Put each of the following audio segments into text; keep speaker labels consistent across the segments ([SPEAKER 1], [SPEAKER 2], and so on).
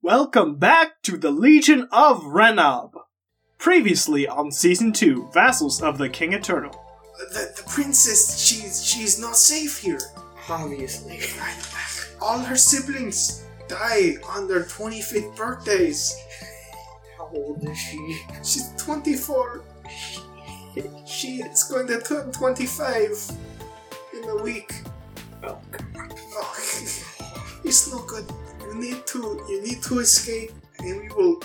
[SPEAKER 1] Welcome back to the Legion of Renob. Previously on season two, vassals of the King Eternal.
[SPEAKER 2] The, the princess, she's she's not safe here.
[SPEAKER 3] Obviously.
[SPEAKER 2] All her siblings die on their 25th birthdays.
[SPEAKER 3] How old is she?
[SPEAKER 2] She's 24. She is going to turn 25 in a week.
[SPEAKER 3] Oh,
[SPEAKER 2] Oh, it's no good. You need to you need to escape, and we will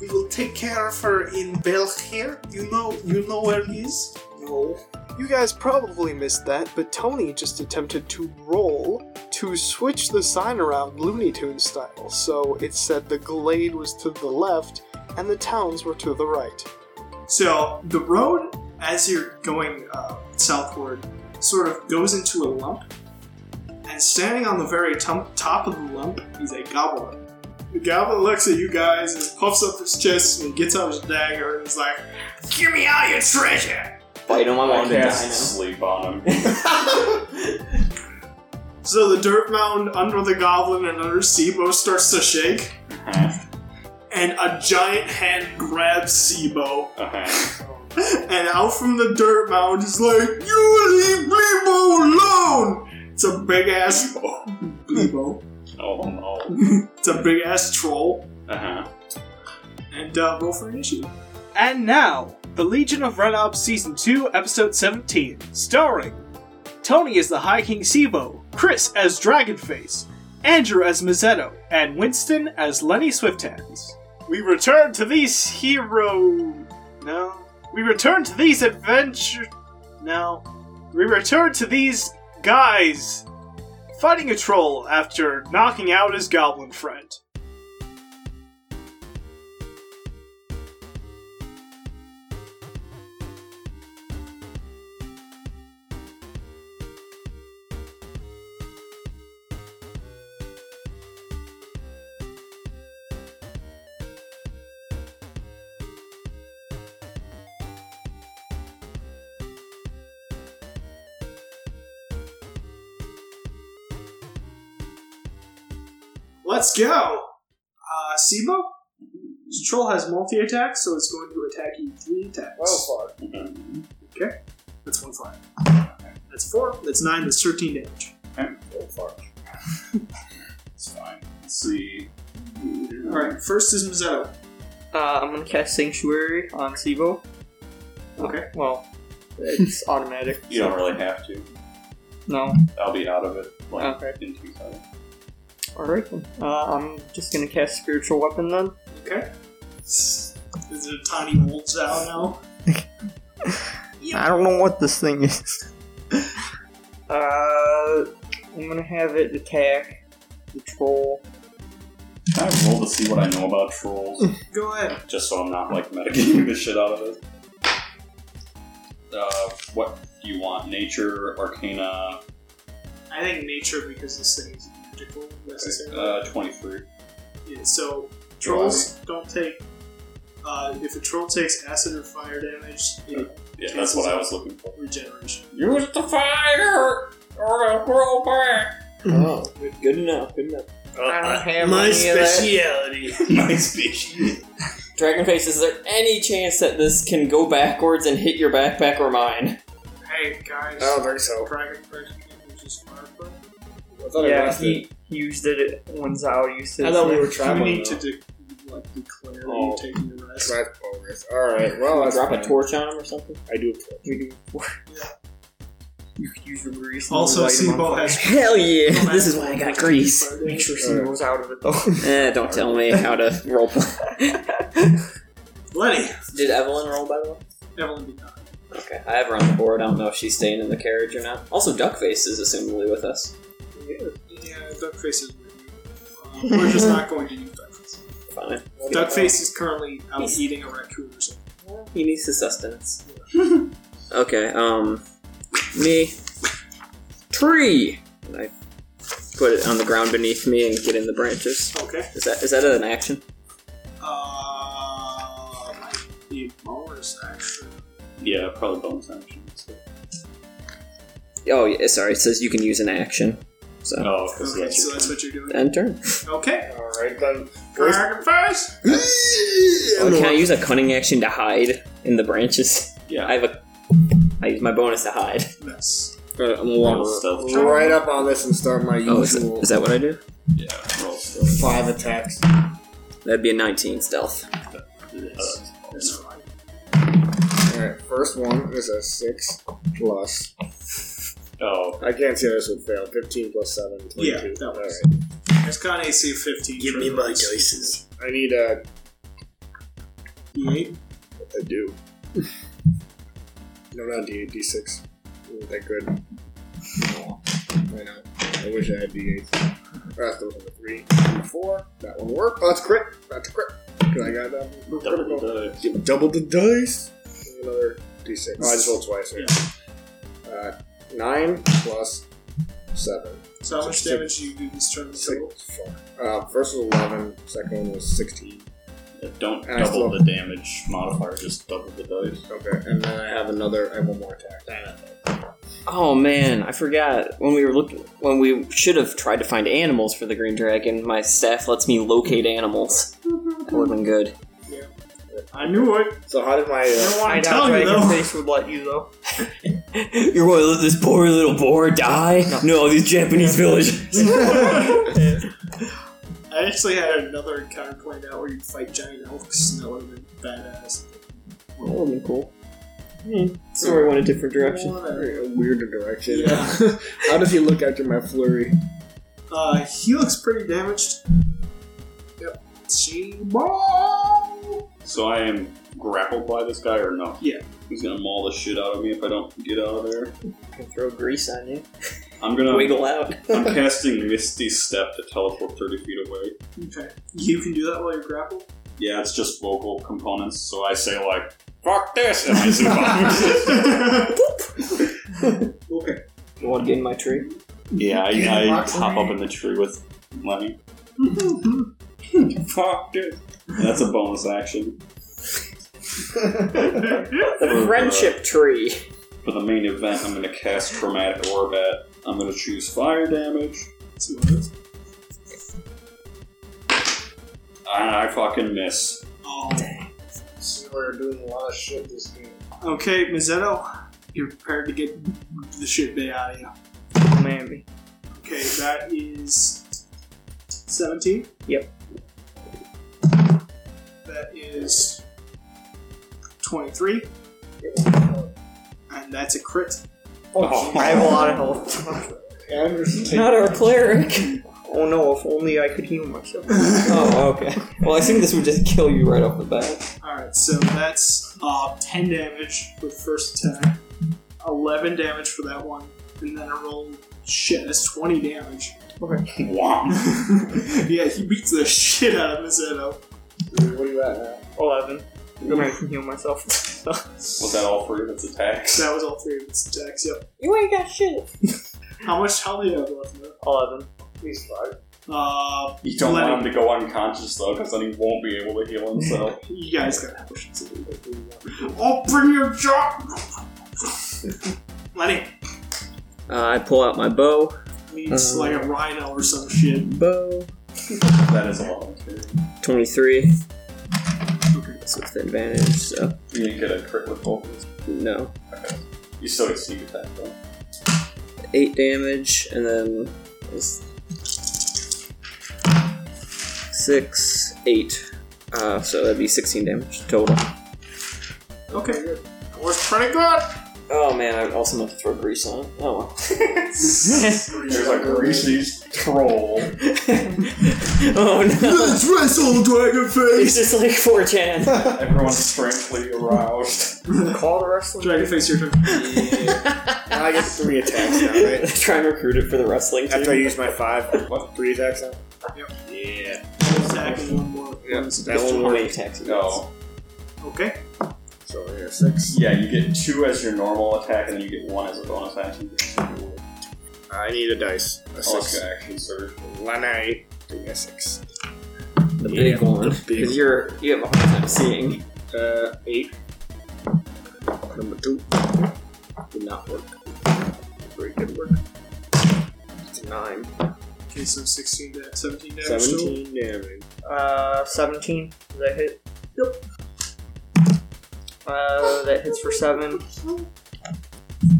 [SPEAKER 2] we will take care of her in Belgier. You know you know where it is.
[SPEAKER 3] No.
[SPEAKER 4] You guys probably missed that, but Tony just attempted to roll to switch the sign around Looney Tunes style, so it said the glade was to the left and the towns were to the right.
[SPEAKER 1] So the road, as you're going uh, southward, sort of goes into a lump, and standing on the very tom- top of the lump is a goblin. The goblin looks at you guys and puffs up his chest and gets out his dagger and is like, "Give me all your treasure!"
[SPEAKER 3] Bite him, I want to die
[SPEAKER 5] cast
[SPEAKER 3] now.
[SPEAKER 5] sleep on him.
[SPEAKER 1] So the dirt mound under the goblin and under Sibo starts to shake,
[SPEAKER 5] uh-huh.
[SPEAKER 1] and a giant hand grabs Sibo.
[SPEAKER 5] Uh-huh.
[SPEAKER 1] and out from the dirt mound is like, You leave Bleebo alone! It's a big ass Bleebo.
[SPEAKER 5] Oh no.
[SPEAKER 1] it's a big ass troll.
[SPEAKER 5] Uh-huh.
[SPEAKER 1] And uh, roll for initiative. And now, The Legion of Renob Season 2, Episode 17, starring Tony as the High King Sibo, Chris as Dragonface, Andrew as Mazzetto, and Winston as Lenny Swifthands. We return to these hero. No. We return to these adventure. No. We return to these guys fighting a troll after knocking out his goblin friend. Let's go! Uh, Sibo? This troll has multi attack, so it's going to attack you three attacks.
[SPEAKER 4] Well, fuck.
[SPEAKER 1] That's one fire. That's four, that's nine, that's 13 damage.
[SPEAKER 5] Go far. Oh, it's fine. Let's see.
[SPEAKER 1] Alright, first is Mazzetto.
[SPEAKER 3] Uh, I'm gonna cast Sanctuary on Sibo.
[SPEAKER 1] Okay.
[SPEAKER 3] Well, it's automatic.
[SPEAKER 5] You don't really have to.
[SPEAKER 3] No.
[SPEAKER 5] I'll be out of it like
[SPEAKER 1] Oh.
[SPEAKER 3] Okay.
[SPEAKER 5] in two seconds.
[SPEAKER 3] Alright then. Uh, I'm just gonna cast Spiritual Weapon then.
[SPEAKER 1] Okay. Is it a tiny wolf out now?
[SPEAKER 3] I don't know what this thing is. uh, I'm gonna have it attack the troll.
[SPEAKER 5] Can I roll to see what I know about trolls?
[SPEAKER 1] Go ahead.
[SPEAKER 5] Just so I'm not like metagaming the shit out of it. Uh, what do you want? Nature, Arcana,
[SPEAKER 1] I think nature, because this thing is magical, necessarily.
[SPEAKER 5] uh, 23.
[SPEAKER 1] Yeah, so trolls don't take. Uh, if a troll takes acid or fire damage,
[SPEAKER 3] Uh,
[SPEAKER 1] it
[SPEAKER 5] Yeah, that's what I was looking for.
[SPEAKER 1] regeneration.
[SPEAKER 5] Use the fire or it'll grow back.
[SPEAKER 3] Oh,
[SPEAKER 4] Good enough, good enough.
[SPEAKER 3] I don't have Uh, my any of that.
[SPEAKER 5] My species.
[SPEAKER 3] Dragonface, is there any chance that this can go backwards and hit your backpack or mine?
[SPEAKER 1] Hey guys,
[SPEAKER 6] Oh,
[SPEAKER 4] I don't think so.
[SPEAKER 1] dragon person uses fireball.
[SPEAKER 4] I thought I lost it.
[SPEAKER 3] used it when Zao used
[SPEAKER 4] I thought we were
[SPEAKER 1] You
[SPEAKER 4] traveling.
[SPEAKER 1] need to
[SPEAKER 4] though.
[SPEAKER 1] de- like declare
[SPEAKER 5] Oh.
[SPEAKER 1] that you're taking a rest.
[SPEAKER 4] That's bogus. Alright, well, that's
[SPEAKER 3] drop
[SPEAKER 4] fine.
[SPEAKER 3] a torch on him or something?
[SPEAKER 4] I do a torch.
[SPEAKER 3] We do You could use your grease. and
[SPEAKER 1] Also,
[SPEAKER 3] light him on
[SPEAKER 1] Seaball
[SPEAKER 3] fire.
[SPEAKER 1] has.
[SPEAKER 7] Hell yeah! This is why I got grease.
[SPEAKER 3] Make sure
[SPEAKER 4] Alright.
[SPEAKER 3] Seabo's out of it though.
[SPEAKER 7] Eh, don't tell me how to roleplay.
[SPEAKER 1] Lenny,
[SPEAKER 7] Did Evelyn roll by the way?
[SPEAKER 1] Evelyn did not.
[SPEAKER 7] Okay, I have her on the board. I don't know if she's staying in the carriage or not. Also, Duckface is assumably with us.
[SPEAKER 1] Yeah, Duckface is with you. Um, we're just not going to use Duckface.
[SPEAKER 7] Fine.
[SPEAKER 1] Duckface is currently out
[SPEAKER 7] He's-
[SPEAKER 1] eating a raccoon or something.
[SPEAKER 7] He needs his sustenance. okay, um. Me. Tree! And I put it on the ground beneath me and get in the branches.
[SPEAKER 1] Okay.
[SPEAKER 7] Is that is that an action?
[SPEAKER 1] Uh, might be bonus action.
[SPEAKER 5] Yeah, probably bonus action.
[SPEAKER 7] Oh, yeah, sorry. It says you can use an action. So
[SPEAKER 5] Oh, because
[SPEAKER 2] Okay, so that's what you're doing.
[SPEAKER 7] end turn.
[SPEAKER 1] Okay.
[SPEAKER 5] Alright then.
[SPEAKER 1] Dragonface.
[SPEAKER 7] Oh, can I use a cunning action to hide in the branches?
[SPEAKER 5] Yeah.
[SPEAKER 7] I have a. I use my bonus to hide.
[SPEAKER 5] Yes.
[SPEAKER 7] I'm gonna
[SPEAKER 5] Roll
[SPEAKER 7] walk.
[SPEAKER 5] stealth. check.
[SPEAKER 6] right up on this and start my
[SPEAKER 7] Oh, is,
[SPEAKER 6] usual
[SPEAKER 7] is that what I do?
[SPEAKER 5] Yeah, roll stealth.
[SPEAKER 6] five attacks.
[SPEAKER 7] That'd be a 19 stealth.
[SPEAKER 5] Uh, that's fine.
[SPEAKER 6] Alright, uh, first one is a six plus.
[SPEAKER 5] Oh,
[SPEAKER 6] I can't see how this would fail. 15 plus 7, 22.
[SPEAKER 1] Yeah, that works.
[SPEAKER 6] Alright.
[SPEAKER 1] It's got an AC of 15. for those.
[SPEAKER 6] dices. I need a.
[SPEAKER 1] D8.
[SPEAKER 6] I do. no, not D8, D6. Isn't that good? I know. I wish I had D8. That's the number 3. Number 4. That one worked. Oh, that's crit. That's a crit. 'Cause I got that one.
[SPEAKER 5] double
[SPEAKER 6] Critical.
[SPEAKER 5] the dice.
[SPEAKER 6] Give double the dice. Another d6. Oh, I just rolled twice. Right? Uh, nine plus seven.
[SPEAKER 1] So how much damage do you do this turn?
[SPEAKER 6] Six.
[SPEAKER 1] total?
[SPEAKER 6] Fuck. Uh, first was eleven. Second one was sixteen.
[SPEAKER 5] Yeah, Don't
[SPEAKER 6] And I
[SPEAKER 5] double
[SPEAKER 6] still-
[SPEAKER 5] the damage modifier, just double the dice.
[SPEAKER 6] Okay, and then I have another. I have one more attack.
[SPEAKER 7] Oh man, I forgot when we were looking when we should have tried to find animals for the green dragon. My staff lets me locate animals. That would've been good.
[SPEAKER 1] I knew it.
[SPEAKER 6] So how did my?
[SPEAKER 1] I don't
[SPEAKER 6] Uh,
[SPEAKER 1] want to tell you though.
[SPEAKER 4] Face would let you though.
[SPEAKER 7] You're going to let this poor little boar die? No, these Japanese villagers.
[SPEAKER 1] I actually had another encounter planned out where you fight giant elks, and that would have been badass.
[SPEAKER 7] that would've been cool. Story went a different direction.
[SPEAKER 4] Oh,
[SPEAKER 1] Whatever.
[SPEAKER 6] a weirder direction.
[SPEAKER 1] Yeah.
[SPEAKER 6] how does he look after my flurry?
[SPEAKER 1] Uh, he looks pretty damaged. Yep. She ball.
[SPEAKER 5] So I am grappled by this guy or no?
[SPEAKER 1] Yeah.
[SPEAKER 5] He's gonna maul the shit out of me if I don't get out of there.
[SPEAKER 7] I can throw grease on you.
[SPEAKER 5] I'm gonna
[SPEAKER 7] Wiggle out.
[SPEAKER 5] I'm casting Misty Step to teleport 30 feet away.
[SPEAKER 1] Okay. You can do that while you're grappled.
[SPEAKER 5] Yeah, it's just vocal components, so I say like, fuck this, and I zoom off.
[SPEAKER 1] Okay.
[SPEAKER 7] You want to get in my tree?
[SPEAKER 5] yeah, I, I pop up in the tree with Lenny. fuck this. That's a bonus action.
[SPEAKER 7] The friendship tree.
[SPEAKER 5] For the main event, I'm gonna cast Chromatic Orb at. I'm gonna choose fire damage.
[SPEAKER 1] Let's see what it is.
[SPEAKER 5] I, I fucking miss.
[SPEAKER 1] Oh.
[SPEAKER 6] See, we're doing a lot of shit this game.
[SPEAKER 1] Okay, Mazzetto, you're prepared to get the shit bay out of you.
[SPEAKER 4] Mammy.
[SPEAKER 1] Okay, that is 17.
[SPEAKER 4] Yep.
[SPEAKER 1] That is 23. And that's a crit.
[SPEAKER 5] Oh,
[SPEAKER 4] I have a lot of health.
[SPEAKER 7] Not our cleric.
[SPEAKER 4] oh no, if only I could heal myself.
[SPEAKER 7] Oh, okay. Well, I think this would just kill you right off the bat.
[SPEAKER 1] Alright, so that's uh, 10 damage for the first attack, 11 damage for that one, and then I roll shit, that's 20 damage.
[SPEAKER 5] Womp.
[SPEAKER 1] yeah, he beats the shit out of Mazzetto.
[SPEAKER 6] What are you at now?
[SPEAKER 4] Eleven. Then I can heal myself.
[SPEAKER 5] Was that all three of its attacks?
[SPEAKER 1] That was all three of its attacks, yep.
[SPEAKER 3] You ain't got shit.
[SPEAKER 1] How much health do you have left, though?
[SPEAKER 4] Eleven.
[SPEAKER 6] He's five.
[SPEAKER 1] Uh,
[SPEAKER 5] You don't
[SPEAKER 1] Lenny.
[SPEAKER 5] want him to go unconscious though, because then he won't be able to heal himself.
[SPEAKER 1] You guys gotta have potions. I'll Oh, bring your job! Lenny
[SPEAKER 7] Uh, I pull out my bow.
[SPEAKER 1] needs
[SPEAKER 7] Uh.
[SPEAKER 1] like a rhino or some shit.
[SPEAKER 7] Bow.
[SPEAKER 5] that is a lot. of two.
[SPEAKER 7] 23.
[SPEAKER 1] Okay.
[SPEAKER 7] So it's the advantage, so
[SPEAKER 5] You didn't get a crit with both. of these.
[SPEAKER 7] no.
[SPEAKER 5] You still get sneak attack though.
[SPEAKER 7] 8 damage, and then. Is 6, 8. Uh, so that'd be 16 damage total.
[SPEAKER 1] Okay, good. That was pretty good!
[SPEAKER 7] Oh man, I also meant to throw grease on it. Oh well.
[SPEAKER 5] There's a greasy troll.
[SPEAKER 7] oh no!
[SPEAKER 1] wrestle, dragon
[SPEAKER 7] It's just like 4chan.
[SPEAKER 5] Everyone's strangely aroused.
[SPEAKER 4] Call the wrestling.
[SPEAKER 1] Dragon face your turn.
[SPEAKER 6] Now I get three attacks now, right?
[SPEAKER 7] Try and recruit it for the wrestling team.
[SPEAKER 6] After I use my five,
[SPEAKER 5] What?
[SPEAKER 6] three attacks now.
[SPEAKER 5] Yeah.
[SPEAKER 1] Attack and one more.
[SPEAKER 6] Yeah, that
[SPEAKER 7] How
[SPEAKER 6] one
[SPEAKER 7] many
[SPEAKER 6] worked.
[SPEAKER 7] attacks you
[SPEAKER 5] No.
[SPEAKER 1] Okay.
[SPEAKER 6] So yeah, six.
[SPEAKER 5] Yeah, you get two as your normal attack, and then you get one as a bonus action.
[SPEAKER 6] I need a dice. A
[SPEAKER 5] Oh, it's
[SPEAKER 6] six.
[SPEAKER 5] your action surge.
[SPEAKER 6] Lanai. Doing a six.
[SPEAKER 7] got? The big one.
[SPEAKER 6] the big
[SPEAKER 7] Because you're you have a hard time seeing.
[SPEAKER 6] Uh, eight. Number two. Did not work. Very good work. It's
[SPEAKER 3] Nine.
[SPEAKER 1] Okay, so 16 to 17 damage. total.
[SPEAKER 6] 17 damage.
[SPEAKER 3] Uh, 17. Does that hit? Yep. Uh, that hits for 7.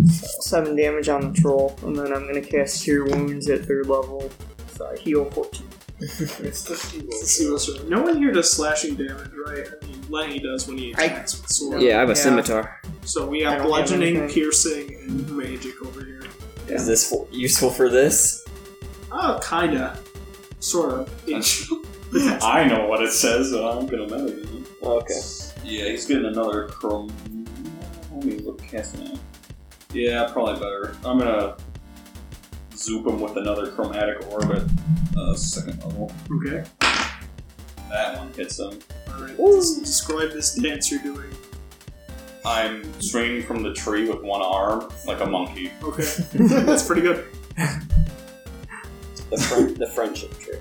[SPEAKER 3] 7 damage on the troll, and then I'm gonna cast Cure Wounds at 3rd level. So I heal 14.
[SPEAKER 6] It's the feeble.
[SPEAKER 1] Let's see what's No one here does slashing damage, right? I mean, Lenny does when he attacks with sword.
[SPEAKER 3] I have
[SPEAKER 7] a Yeah.
[SPEAKER 3] scimitar.
[SPEAKER 1] So we
[SPEAKER 3] I
[SPEAKER 1] have
[SPEAKER 3] don't have
[SPEAKER 1] bludgeoning,
[SPEAKER 3] anything.
[SPEAKER 1] piercing, and magic over here.
[SPEAKER 7] Is this for, useful for this?
[SPEAKER 1] Oh, kinda. Sort of. Ish.
[SPEAKER 5] I know what it says, and I'm gonna meditate. it.
[SPEAKER 7] Oh,
[SPEAKER 3] Okay.
[SPEAKER 5] Yeah, he's getting another chrome. Let me look casting it. Yeah, probably better. I'm gonna zoop him with another chromatic orb at uh, second level.
[SPEAKER 1] okay.
[SPEAKER 5] That one hits him.
[SPEAKER 1] Alright. Des- Describe this dance you're doing.
[SPEAKER 5] I'm swinging from the tree with one arm like a monkey.
[SPEAKER 1] Okay. That's pretty good.
[SPEAKER 7] The, fri- the friendship tree.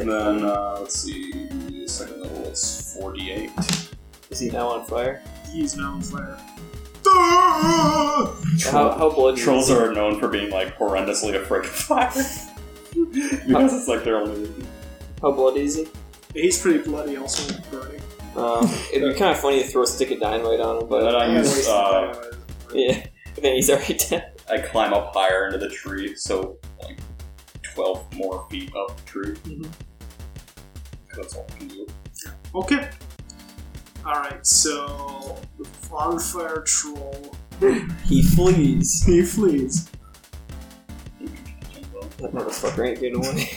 [SPEAKER 5] And then, uh, let's see, second level is 48.
[SPEAKER 7] Is he now on fire?
[SPEAKER 1] He's now on fire. Ah!
[SPEAKER 7] How, how bloody
[SPEAKER 5] Trolls are known for being like horrendously afraid of fire. because it's like their only.
[SPEAKER 7] How bloody is he?
[SPEAKER 1] He's pretty bloody also running.
[SPEAKER 7] Um, it'd be kind of funny to throw a stick of dynamite on him,
[SPEAKER 5] But then
[SPEAKER 7] but
[SPEAKER 5] I use, uh,
[SPEAKER 7] yeah, then he's already dead.
[SPEAKER 5] I climb up higher into the tree, so like 12 more feet up the tree. That's all I can do.
[SPEAKER 1] Okay. Alright, so the bonfire troll
[SPEAKER 7] He flees.
[SPEAKER 1] he flees.
[SPEAKER 7] That motherfucker ain't getting away.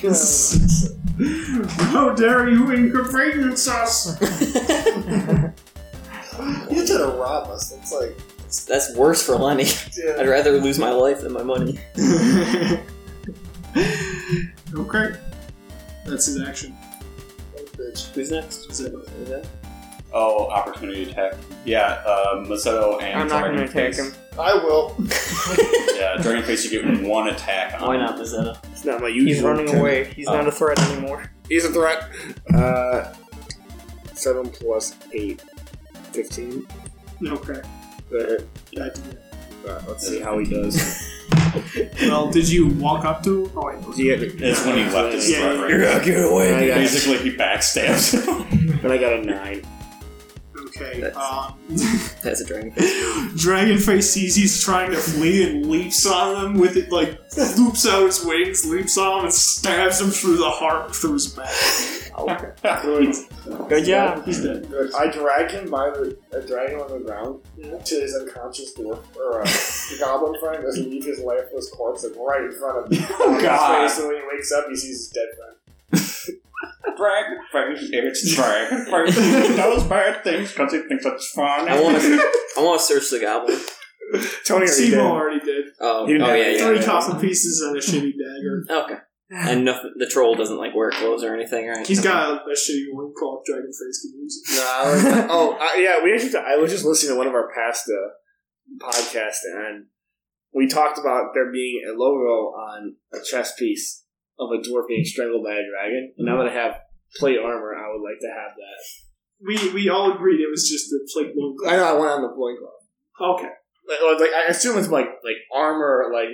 [SPEAKER 1] How dare you inconvenience us!
[SPEAKER 6] You did a rob us. That's like.
[SPEAKER 7] That's worse for Lenny.
[SPEAKER 6] Yeah.
[SPEAKER 7] I'd rather lose my life than my money.
[SPEAKER 1] okay. That's his action.
[SPEAKER 6] Bitch.
[SPEAKER 7] Who's next?
[SPEAKER 1] That's it.
[SPEAKER 7] Is that-
[SPEAKER 5] Oh, opportunity attack. Yeah, uh, Masato and
[SPEAKER 3] I'm not gonna attack
[SPEAKER 5] Dragonface.
[SPEAKER 3] him.
[SPEAKER 6] I will.
[SPEAKER 5] Yeah, Dragonface, you get one attack on
[SPEAKER 7] Why
[SPEAKER 5] him.
[SPEAKER 7] not Mazetta?
[SPEAKER 6] It's not my usual.
[SPEAKER 3] He's running
[SPEAKER 6] attack.
[SPEAKER 3] away. He's not a threat anymore.
[SPEAKER 6] He's a threat. Uh, 7 plus 8. 15.
[SPEAKER 1] Okay.
[SPEAKER 6] Alright,
[SPEAKER 1] I did it.
[SPEAKER 6] Uh, let's see how he does.
[SPEAKER 1] Well, did you walk up to him? Oh, I
[SPEAKER 6] Do you get-
[SPEAKER 5] It's when he left his
[SPEAKER 1] Yeah, yeah,
[SPEAKER 5] threat
[SPEAKER 6] You're
[SPEAKER 5] range.
[SPEAKER 6] not getting away. And I, got,
[SPEAKER 5] Basically, he backstabs him.
[SPEAKER 6] and I got a 9.
[SPEAKER 1] Okay.
[SPEAKER 3] That's-
[SPEAKER 1] Um,
[SPEAKER 3] That's a dragon.
[SPEAKER 1] Dragonface sees he's trying to flee and leaps on him with it, like, loops out its wings, leaps on him, and stabs him through the heart, through his back.
[SPEAKER 3] Good job.
[SPEAKER 1] He's dead.
[SPEAKER 6] Good. I drag him by the. I drag him on the ground to his unconscious dwarf or uh, the goblin friend doesn't leave his lifeless corpse like right in front of him. Oh
[SPEAKER 5] God.
[SPEAKER 6] So when he wakes up, he sees his dead friend.
[SPEAKER 5] Dragonface, it's Dragonface. Those bad things because he thinks it's fun.
[SPEAKER 3] I want to. I want to search the goblin.
[SPEAKER 6] Tony already
[SPEAKER 1] Seymour
[SPEAKER 6] dead.
[SPEAKER 1] already did.
[SPEAKER 3] Oh, oh
[SPEAKER 6] You know,
[SPEAKER 3] yeah, yeah.
[SPEAKER 1] Three copper pieces and a shitty dagger.
[SPEAKER 3] Okay. And nothing, the troll doesn't like wear clothes or anything, right?
[SPEAKER 1] He's
[SPEAKER 6] Mm-hmm.
[SPEAKER 1] got a, a Uh, shitty one called Dragonface can use.
[SPEAKER 6] No, I was, oh I, yeah, we actually. I was just listening to one of our past uh, podcasts, and we talked about there being a logo on a chess piece of a dwarf being strangled by a dragon. And now that I have plate armor, I would like to have that.
[SPEAKER 1] We we all agreed it was just the plate one.
[SPEAKER 6] I know I want it on the loincloth.
[SPEAKER 1] Okay.
[SPEAKER 6] Like, like I assume it's like like armor, like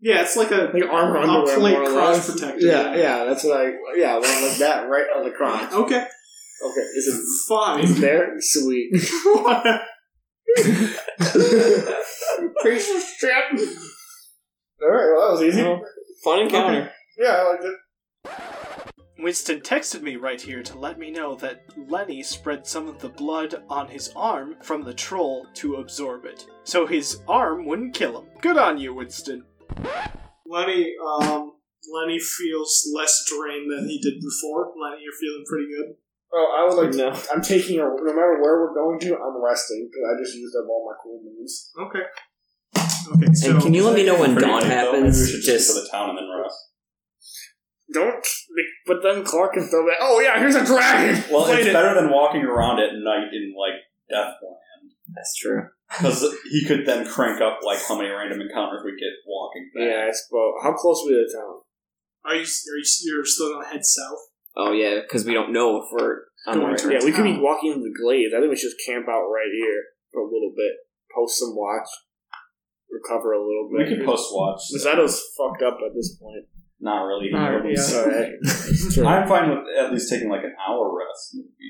[SPEAKER 1] Yeah, it's like a
[SPEAKER 6] like armor
[SPEAKER 1] A
[SPEAKER 6] underwear,
[SPEAKER 1] plate
[SPEAKER 6] more or
[SPEAKER 1] crotch
[SPEAKER 6] less.
[SPEAKER 1] protector.
[SPEAKER 6] Yeah, yeah, that's what I. Yeah, I want like that right on the crotch.
[SPEAKER 1] Okay.
[SPEAKER 6] Okay, is it? Is
[SPEAKER 1] Fine.
[SPEAKER 6] it there? Sweet. Piece of shit. All right, well that was easy.
[SPEAKER 7] Fun encounter.
[SPEAKER 6] Yeah, I liked it.
[SPEAKER 8] Winston texted me right here to let me know that Lenny spread some of the blood on his arm from the troll to absorb it, so his arm wouldn't kill him. Good on you, Winston.
[SPEAKER 1] Lenny, um, Lenny feels less drained than he did before. Lenny, you're feeling pretty good.
[SPEAKER 6] Oh, I would like. To,
[SPEAKER 7] No.
[SPEAKER 6] I'm taking a. No matter where we're going to, I'm resting because I just used up all my cool moves.
[SPEAKER 1] Okay. Okay. So
[SPEAKER 3] and can you let me know when
[SPEAKER 5] Pretty
[SPEAKER 3] dawn
[SPEAKER 5] late, though. Maybe we
[SPEAKER 3] happens?
[SPEAKER 5] should go
[SPEAKER 3] Just
[SPEAKER 5] to the town and then rest.
[SPEAKER 6] Don't. But then Clark can throw that. Oh yeah, here's a dragon.
[SPEAKER 5] Well,
[SPEAKER 6] Fight
[SPEAKER 5] it's
[SPEAKER 6] it.
[SPEAKER 5] better than walking around at night in like Deathland
[SPEAKER 3] that's true.
[SPEAKER 5] because he could then crank up like how many random encounters we get walking. Back.
[SPEAKER 6] Yeah, I suppose. How close are we to the town?
[SPEAKER 1] are you are you you're still gonna head south?
[SPEAKER 3] Oh yeah, because we don't know if we're on
[SPEAKER 1] Going
[SPEAKER 3] the right.
[SPEAKER 1] to-
[SPEAKER 3] route.
[SPEAKER 6] Yeah, we could be walking into the glades. I think we should just camp out right here for a little bit, post some watch, recover a little
[SPEAKER 5] We
[SPEAKER 6] bit.
[SPEAKER 5] can post watch.
[SPEAKER 6] Masado's fucked up at this point.
[SPEAKER 5] Not really.
[SPEAKER 7] Not
[SPEAKER 5] He
[SPEAKER 7] really,
[SPEAKER 5] already-
[SPEAKER 6] All right.
[SPEAKER 5] I'm fine with at least taking like an hour rest, maybe.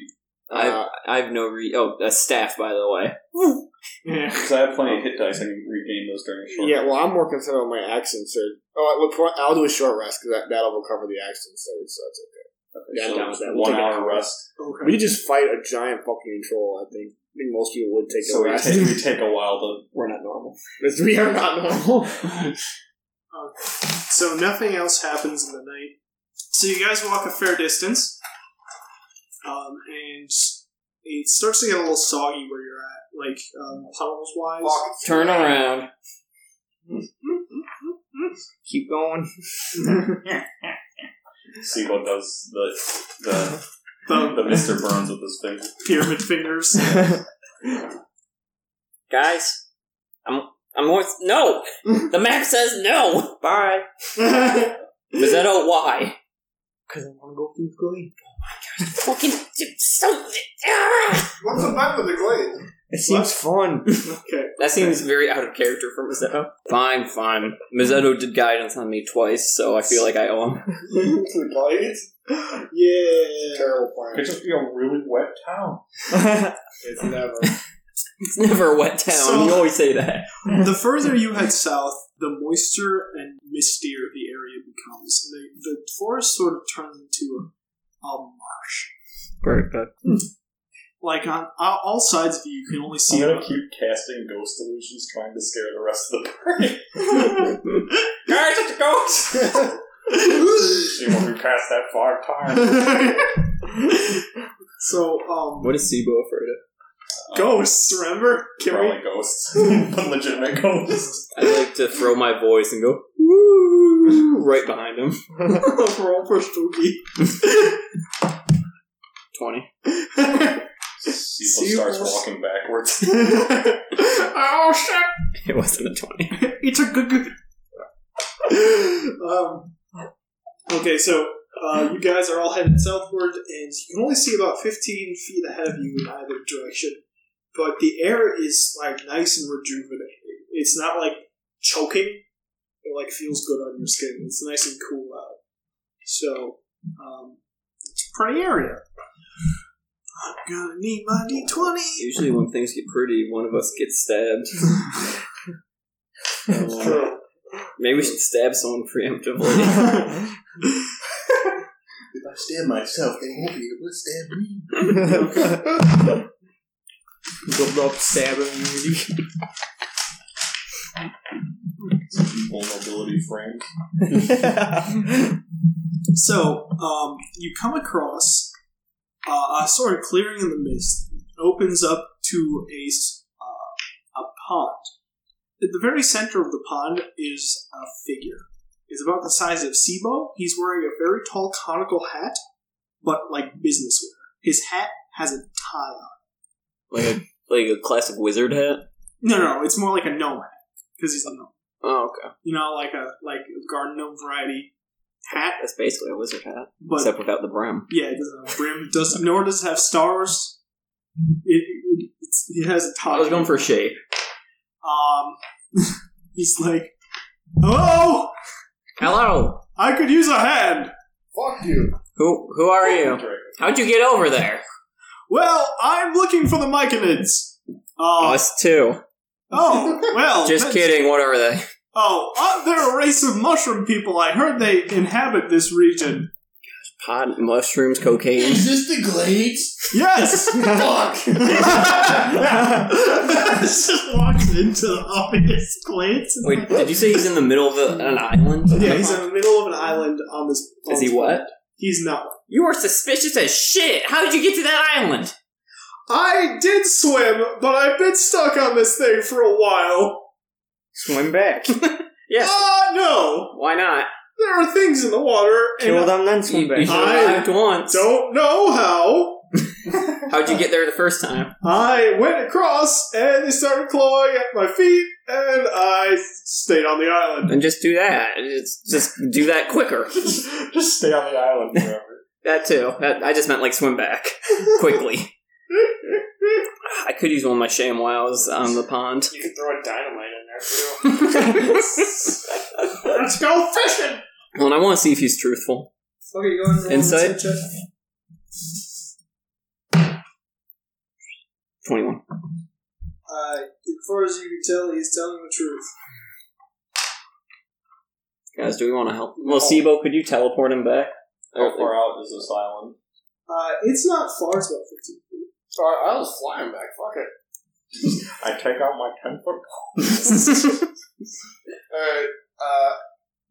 [SPEAKER 6] Uh,
[SPEAKER 7] I have no re. Oh, a staff, by the way.
[SPEAKER 6] yeah.
[SPEAKER 5] Because I have plenty of hit dice. I can regain those during a short
[SPEAKER 6] Yeah, well, I'm more concerned about my accent surge. Oh, look, for- I'll do a short rest because that, that'll recover the accent surge, so that's okay. yeah, I'm
[SPEAKER 5] so
[SPEAKER 6] down with that. We'll
[SPEAKER 5] One
[SPEAKER 6] take an
[SPEAKER 5] hour
[SPEAKER 6] hour.
[SPEAKER 5] rest.
[SPEAKER 1] Okay.
[SPEAKER 6] We could just fight a giant fucking troll, I think. I think most people would take
[SPEAKER 5] so
[SPEAKER 6] a
[SPEAKER 5] we
[SPEAKER 6] rest.
[SPEAKER 5] take, we take a while to.
[SPEAKER 7] We're not normal.
[SPEAKER 6] Because we are not normal.
[SPEAKER 1] So nothing else happens in the night. So you guys walk a fair distance, um, and it starts to get a little soggy where you're at, like um, puddles wise.
[SPEAKER 7] Turn around.
[SPEAKER 3] Keep going.
[SPEAKER 5] See what does the the
[SPEAKER 1] The
[SPEAKER 5] the Mister Burns with his finger.
[SPEAKER 1] pyramid fingers.
[SPEAKER 7] Guys, I'm. I'm with. No! the map says no! Bye. Was that a why? Oh
[SPEAKER 3] Because I want to go through Glee.
[SPEAKER 7] Fucking. do something. Ah!
[SPEAKER 6] What's the matter with the glade?
[SPEAKER 3] It seems fun.
[SPEAKER 7] That seems very out of character for Mazzetto. Fine, fine. Mazzetto did guidance on me twice, so I feel like I owe him.
[SPEAKER 6] the glades? Yeah. Terrible plan.
[SPEAKER 5] Could just be a really wet town.
[SPEAKER 6] It's never.
[SPEAKER 7] It's never a wet town.
[SPEAKER 1] So-
[SPEAKER 7] you always say that.
[SPEAKER 1] the further you head south, the moister and mistier the area becomes. And the, the forest sort of turns into a, a marsh.
[SPEAKER 7] Very good.
[SPEAKER 1] Like on, on all sides of you, you can only
[SPEAKER 5] I'm
[SPEAKER 1] see
[SPEAKER 5] gonna keep casting ghost illusions, trying to scare the rest of the party.
[SPEAKER 7] Guys, it's a ghost!
[SPEAKER 5] See when we cast that five times.
[SPEAKER 1] so um
[SPEAKER 7] What is Sibo afraid of?
[SPEAKER 1] ghosts. Remember? Can we?
[SPEAKER 5] Probably ghosts, but legitimate ghosts.
[SPEAKER 7] I like to throw my voice and go, woo, right behind him.
[SPEAKER 1] Roll for spooky.
[SPEAKER 7] 20.
[SPEAKER 5] Sibo
[SPEAKER 1] Sibo.
[SPEAKER 5] starts walking backwards.
[SPEAKER 1] oh shit!
[SPEAKER 7] It wasn't a 20.
[SPEAKER 1] It's a good. good. um, okay, so uh, you guys are all headed southward, and you can only see about 15 feet ahead of you in either direction. But the air is like nice and rejuvenating. It's not like choking. It like feels good on your skin. It's nice and cool out. So um, it's a pretty area. I'm gonna need my d20.
[SPEAKER 7] Usually, when things get pretty, one of us gets stabbed. Um, Maybe we should stab someone preemptively.
[SPEAKER 6] If I stab myself, they won't be able to stab me.
[SPEAKER 3] Good luck stabbing me.
[SPEAKER 5] Vulnerability frame.
[SPEAKER 1] So, um, you come across uh, a sort of clearing in the mist. It opens up to a, s- uh, a pond. At the very center of the pond is a figure. It's about the size of Sibo. He's wearing a very tall conical hat, but like business wear. His hat has a tie on.
[SPEAKER 7] like, a, like a classic wizard hat?
[SPEAKER 1] No, no, no, it's more like a gnome hat because he's a gnome.
[SPEAKER 7] Oh, okay.
[SPEAKER 1] You know, like a like a garden gnome variety hat,
[SPEAKER 7] That's basically a wizard hat,
[SPEAKER 1] but
[SPEAKER 7] except without the brim.
[SPEAKER 1] Yeah, it doesn't have a brim. Does nor does it have stars. It, it, it's, it has a top.
[SPEAKER 7] I was going for shape.
[SPEAKER 1] Um, he's like, hello.
[SPEAKER 7] Hello!
[SPEAKER 1] I could use a hand.
[SPEAKER 6] Fuck you.
[SPEAKER 7] Who who are you? How'd you get over there?
[SPEAKER 1] Well, I'm looking for the Myconids. Uh,
[SPEAKER 7] Us too.
[SPEAKER 1] oh, well.
[SPEAKER 7] Just
[SPEAKER 1] that-
[SPEAKER 7] kidding, what are they?
[SPEAKER 1] Oh, uh, they're a race of mushroom people. I heard they inhabit this region.
[SPEAKER 7] Pot, mushrooms, cocaine.
[SPEAKER 6] this the glades?
[SPEAKER 1] Yes. Just walks into the obvious glance.
[SPEAKER 7] Wait, did you say he's in the middle of a, an island?
[SPEAKER 1] Yeah, he's in the middle of an island on this.
[SPEAKER 7] Is he what?
[SPEAKER 1] He's not.
[SPEAKER 7] You are suspicious as shit! How did you get to that island?
[SPEAKER 1] I did swim, but I've been stuck on this thing for a while.
[SPEAKER 3] Swim back.
[SPEAKER 7] Yeah.
[SPEAKER 1] Ah, no!
[SPEAKER 7] Why not?
[SPEAKER 1] There are things in the water, and
[SPEAKER 3] Kill them, then swim
[SPEAKER 7] You, you
[SPEAKER 3] back.
[SPEAKER 7] should have
[SPEAKER 1] I
[SPEAKER 7] dived once.
[SPEAKER 1] don't know how.
[SPEAKER 7] How'd you get there the first time?
[SPEAKER 1] I went across, and they started clawing at my feet, and I stayed on the island.
[SPEAKER 7] Then just do that. It's- just do that quicker.
[SPEAKER 5] Just stay on the island forever.
[SPEAKER 7] That too. That, I just meant like swim back quickly. I could use one of my ShamWows on the pond.
[SPEAKER 6] You can throw a dynamite in there, too.
[SPEAKER 2] Let's go fishing!
[SPEAKER 7] Well, and I want to see if he's truthful.
[SPEAKER 2] Okay, go ahead and roll an
[SPEAKER 7] Insight?
[SPEAKER 2] check.
[SPEAKER 7] 21.
[SPEAKER 2] Uh, as far as you can tell, he's telling the truth.
[SPEAKER 7] Guys, do we want to help? Well, Sibo, could you teleport him back?
[SPEAKER 5] How far out is this island?
[SPEAKER 2] Uh, it's not far, it's about 15 feet.
[SPEAKER 6] So I, I'll just fly him back. Fuck it.
[SPEAKER 5] I take out my ten foot
[SPEAKER 6] Alright, uh,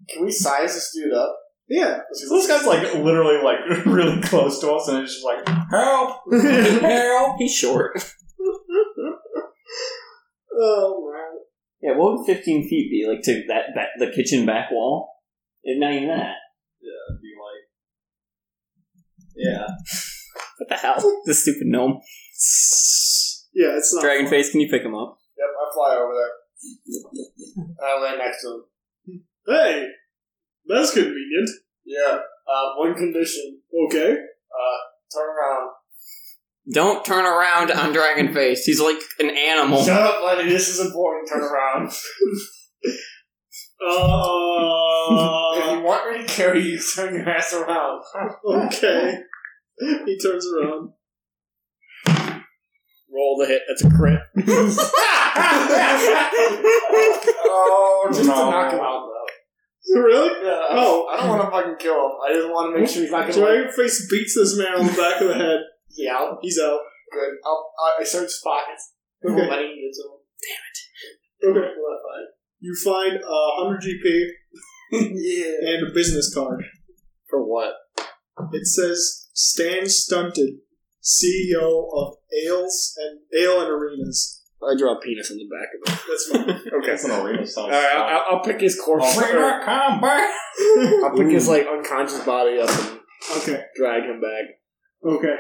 [SPEAKER 6] can we size this dude up?
[SPEAKER 2] Yeah.
[SPEAKER 5] So this guy's like literally like really close to us, and it's just like help, help.
[SPEAKER 7] He's short.
[SPEAKER 2] Oh, wow.
[SPEAKER 7] Yeah, what would 15 feet be? Like to that, that the kitchen back wall? Eh, Not even that.
[SPEAKER 5] Be like, yeah.
[SPEAKER 7] What the hell? This stupid gnome.
[SPEAKER 2] Yeah, it's not. far.
[SPEAKER 7] Dragonface, can you pick him up?
[SPEAKER 6] Yep, I fly over there. I land next to him.
[SPEAKER 2] Hey, that's convenient.
[SPEAKER 6] Yeah. Uh, one condition. Uh,
[SPEAKER 2] Okay.
[SPEAKER 6] Turn around.
[SPEAKER 7] Don't turn around on Dragonface. He's like an animal.
[SPEAKER 6] Shut up, buddy. This is important. Turn around. if
[SPEAKER 2] Uh,
[SPEAKER 6] you want me to carry you, turn your ass around.
[SPEAKER 2] okay. He turns around.
[SPEAKER 7] Roll the hit. That's a crit.
[SPEAKER 6] oh, just to
[SPEAKER 5] No.
[SPEAKER 6] knock him out, though.
[SPEAKER 2] Really?
[SPEAKER 6] Yeah,
[SPEAKER 2] Oh.
[SPEAKER 6] oh, I don't want to fucking kill him. I just want to make sure he's not gonna. Like,
[SPEAKER 2] Dragonface beats this man on the back of the head.
[SPEAKER 6] yeah, I'll-
[SPEAKER 2] He's out.
[SPEAKER 6] good. I'll, I, I search pockets.
[SPEAKER 2] Okay.
[SPEAKER 6] Okay. Money into him.
[SPEAKER 2] Okay. You find uh, 100 GP
[SPEAKER 6] yeah.
[SPEAKER 2] and a business card.
[SPEAKER 6] For what?
[SPEAKER 2] It says Stan Stunted, CEO of Ales and Ale and Arenas.
[SPEAKER 6] I draw a penis on the back of him.
[SPEAKER 2] That's fine.
[SPEAKER 6] Okay.
[SPEAKER 5] That's an arena sound.
[SPEAKER 6] All right, I'll, I'll pick his corpse.
[SPEAKER 2] Oh,
[SPEAKER 6] or- I'll pick his like unconscious body up and
[SPEAKER 2] okay.
[SPEAKER 6] drag him back.
[SPEAKER 2] Okay.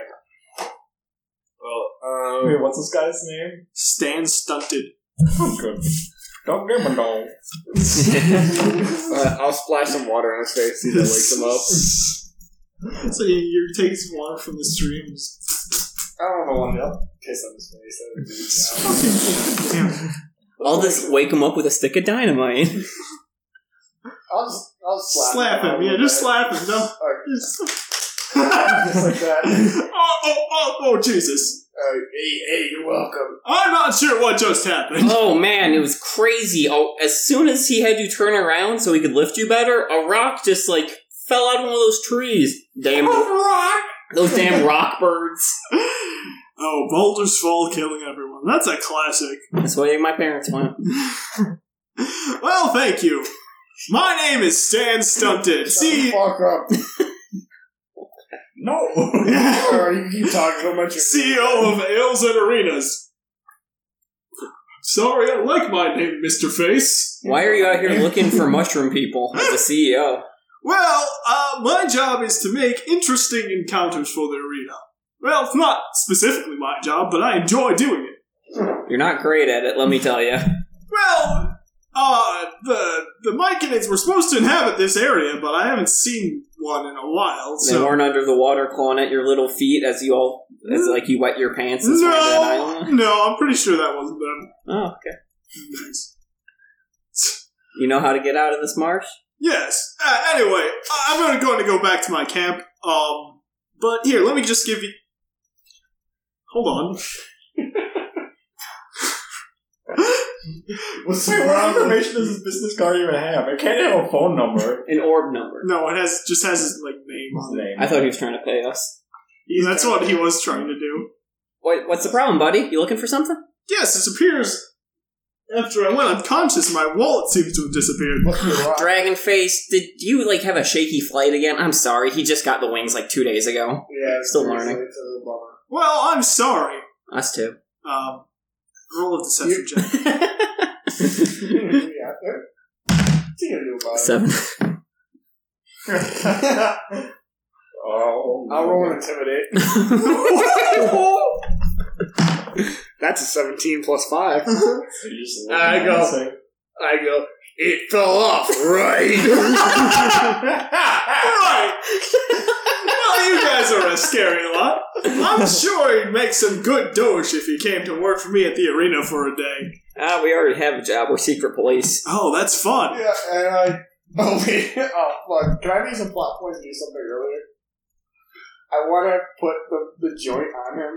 [SPEAKER 6] Well, um,
[SPEAKER 5] Wait, what's this guy's name?
[SPEAKER 2] Stan Stunted.
[SPEAKER 5] Good. Don't give him a dog.
[SPEAKER 6] uh, I'll splash some water on his face. See if that wakes him up.
[SPEAKER 2] So you, you take some water from the stream. and just-
[SPEAKER 6] I don't know if I want to piss on his face. That would be bad.
[SPEAKER 7] I'll just wake him up with a stick of dynamite.
[SPEAKER 6] I'll just, I'll just
[SPEAKER 2] Slap
[SPEAKER 6] slap,
[SPEAKER 2] him. Yeah, just slap him. No.
[SPEAKER 6] Alright,
[SPEAKER 2] Just-
[SPEAKER 6] just like that.
[SPEAKER 2] oh, oh, oh, oh, Jesus.
[SPEAKER 6] Uh, hey, hey, you're welcome.
[SPEAKER 2] I'm not sure what just happened.
[SPEAKER 7] Oh man, it was crazy. Oh, as soon as he had you turn around so he could lift you better, a rock just like fell out of one of those trees. Damn Those damn rock birds.
[SPEAKER 2] Oh, Boulder's Fall killing everyone. That's a classic.
[SPEAKER 7] That's why my parents went.
[SPEAKER 2] Well, thank you. My name is Stan Stunted. E
[SPEAKER 6] Shut the
[SPEAKER 2] See,
[SPEAKER 6] fuck up.
[SPEAKER 5] No.
[SPEAKER 6] Alright, you keep talking so much.
[SPEAKER 2] CEO E of Ales and Arenas. Sorry, I like my name, Mr. Face.
[SPEAKER 7] Why are you out here looking for mushroom people as a E CEO?
[SPEAKER 2] Well, uh, my job is to make interesting encounters for the arena. Well, it's not specifically my job, but I enjoy doing it.
[SPEAKER 7] You're not great at it, let me tell you.
[SPEAKER 2] Well, uh, the the Myconids were supposed to inhabit this area, but I haven't seen one in a while,
[SPEAKER 7] They
[SPEAKER 2] so.
[SPEAKER 7] weren't under the water clawing at your little feet as you all as like you wet your pants and swam that
[SPEAKER 2] No,
[SPEAKER 7] island.
[SPEAKER 2] no, I'm pretty sure that wasn't them.
[SPEAKER 7] Oh, okay. You know how to get out of this marsh?
[SPEAKER 2] Yes. Uh, anyway, I- I'm gonna- going to go back to my camp. Um, but here, let me just give you. Hold on.
[SPEAKER 5] What's Wait, what information does this business card even have? It can't have a phone number.
[SPEAKER 7] An orb number.
[SPEAKER 2] No, it has just has his like name
[SPEAKER 5] His
[SPEAKER 2] on it.
[SPEAKER 5] name.
[SPEAKER 7] I thought he was trying to pay us.
[SPEAKER 2] That's what he was trying to do.
[SPEAKER 7] What, what's the problem, buddy? You looking for something?
[SPEAKER 2] Yes, it appears after I went unconscious, my wallet seems to have disappeared.
[SPEAKER 7] Dragonface, did you like have a shaky flight again? I'm sorry, he just got the wings like two days ago.
[SPEAKER 6] Yeah, it's
[SPEAKER 7] Still
[SPEAKER 6] pretty
[SPEAKER 7] learning.
[SPEAKER 6] late, so it's a bummer.
[SPEAKER 2] Well, I'm sorry.
[SPEAKER 7] Us too.
[SPEAKER 2] Um, roll a deception check.
[SPEAKER 6] yeah. What's he gonna do about it?
[SPEAKER 7] Seven.
[SPEAKER 5] Oh,
[SPEAKER 6] I'll roll an intimidate. That's a 17 plus 5. I go. I go, it fell off, right?
[SPEAKER 2] Alright! well, you guys are a scary lot. I'm sure you'd make some good dosh if you came to work for me at the arena for a day.
[SPEAKER 7] Ah, we already have a job. We're secret police.
[SPEAKER 1] Oh, that's fun.
[SPEAKER 6] Yeah, and I. Oh, wait. Oh, fuck. Can I use some plot points to do something earlier? I want to put the, the joint on him.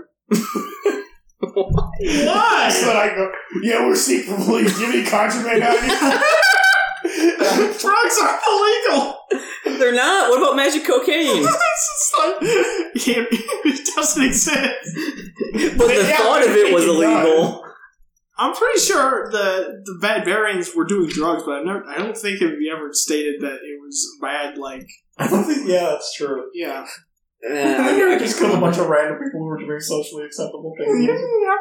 [SPEAKER 6] Why? So that I go, yeah, we're secret police. Give me contraband out here.
[SPEAKER 2] Drugs are illegal.
[SPEAKER 7] They're not. What about magic cocaine?
[SPEAKER 2] It's like, it doesn't exist.
[SPEAKER 7] But the
[SPEAKER 6] Yeah,
[SPEAKER 7] thought of it was
[SPEAKER 6] it does.
[SPEAKER 7] illegal.
[SPEAKER 2] I'm pretty sure the the barbarians were doing drugs, but I never. I don't think it ever stated that it was bad. Like,
[SPEAKER 6] I don't think, yeah, that's true.
[SPEAKER 2] yeah,
[SPEAKER 6] I
[SPEAKER 7] Eh,
[SPEAKER 6] think I just killed a bunch of random people who were doing socially acceptable things.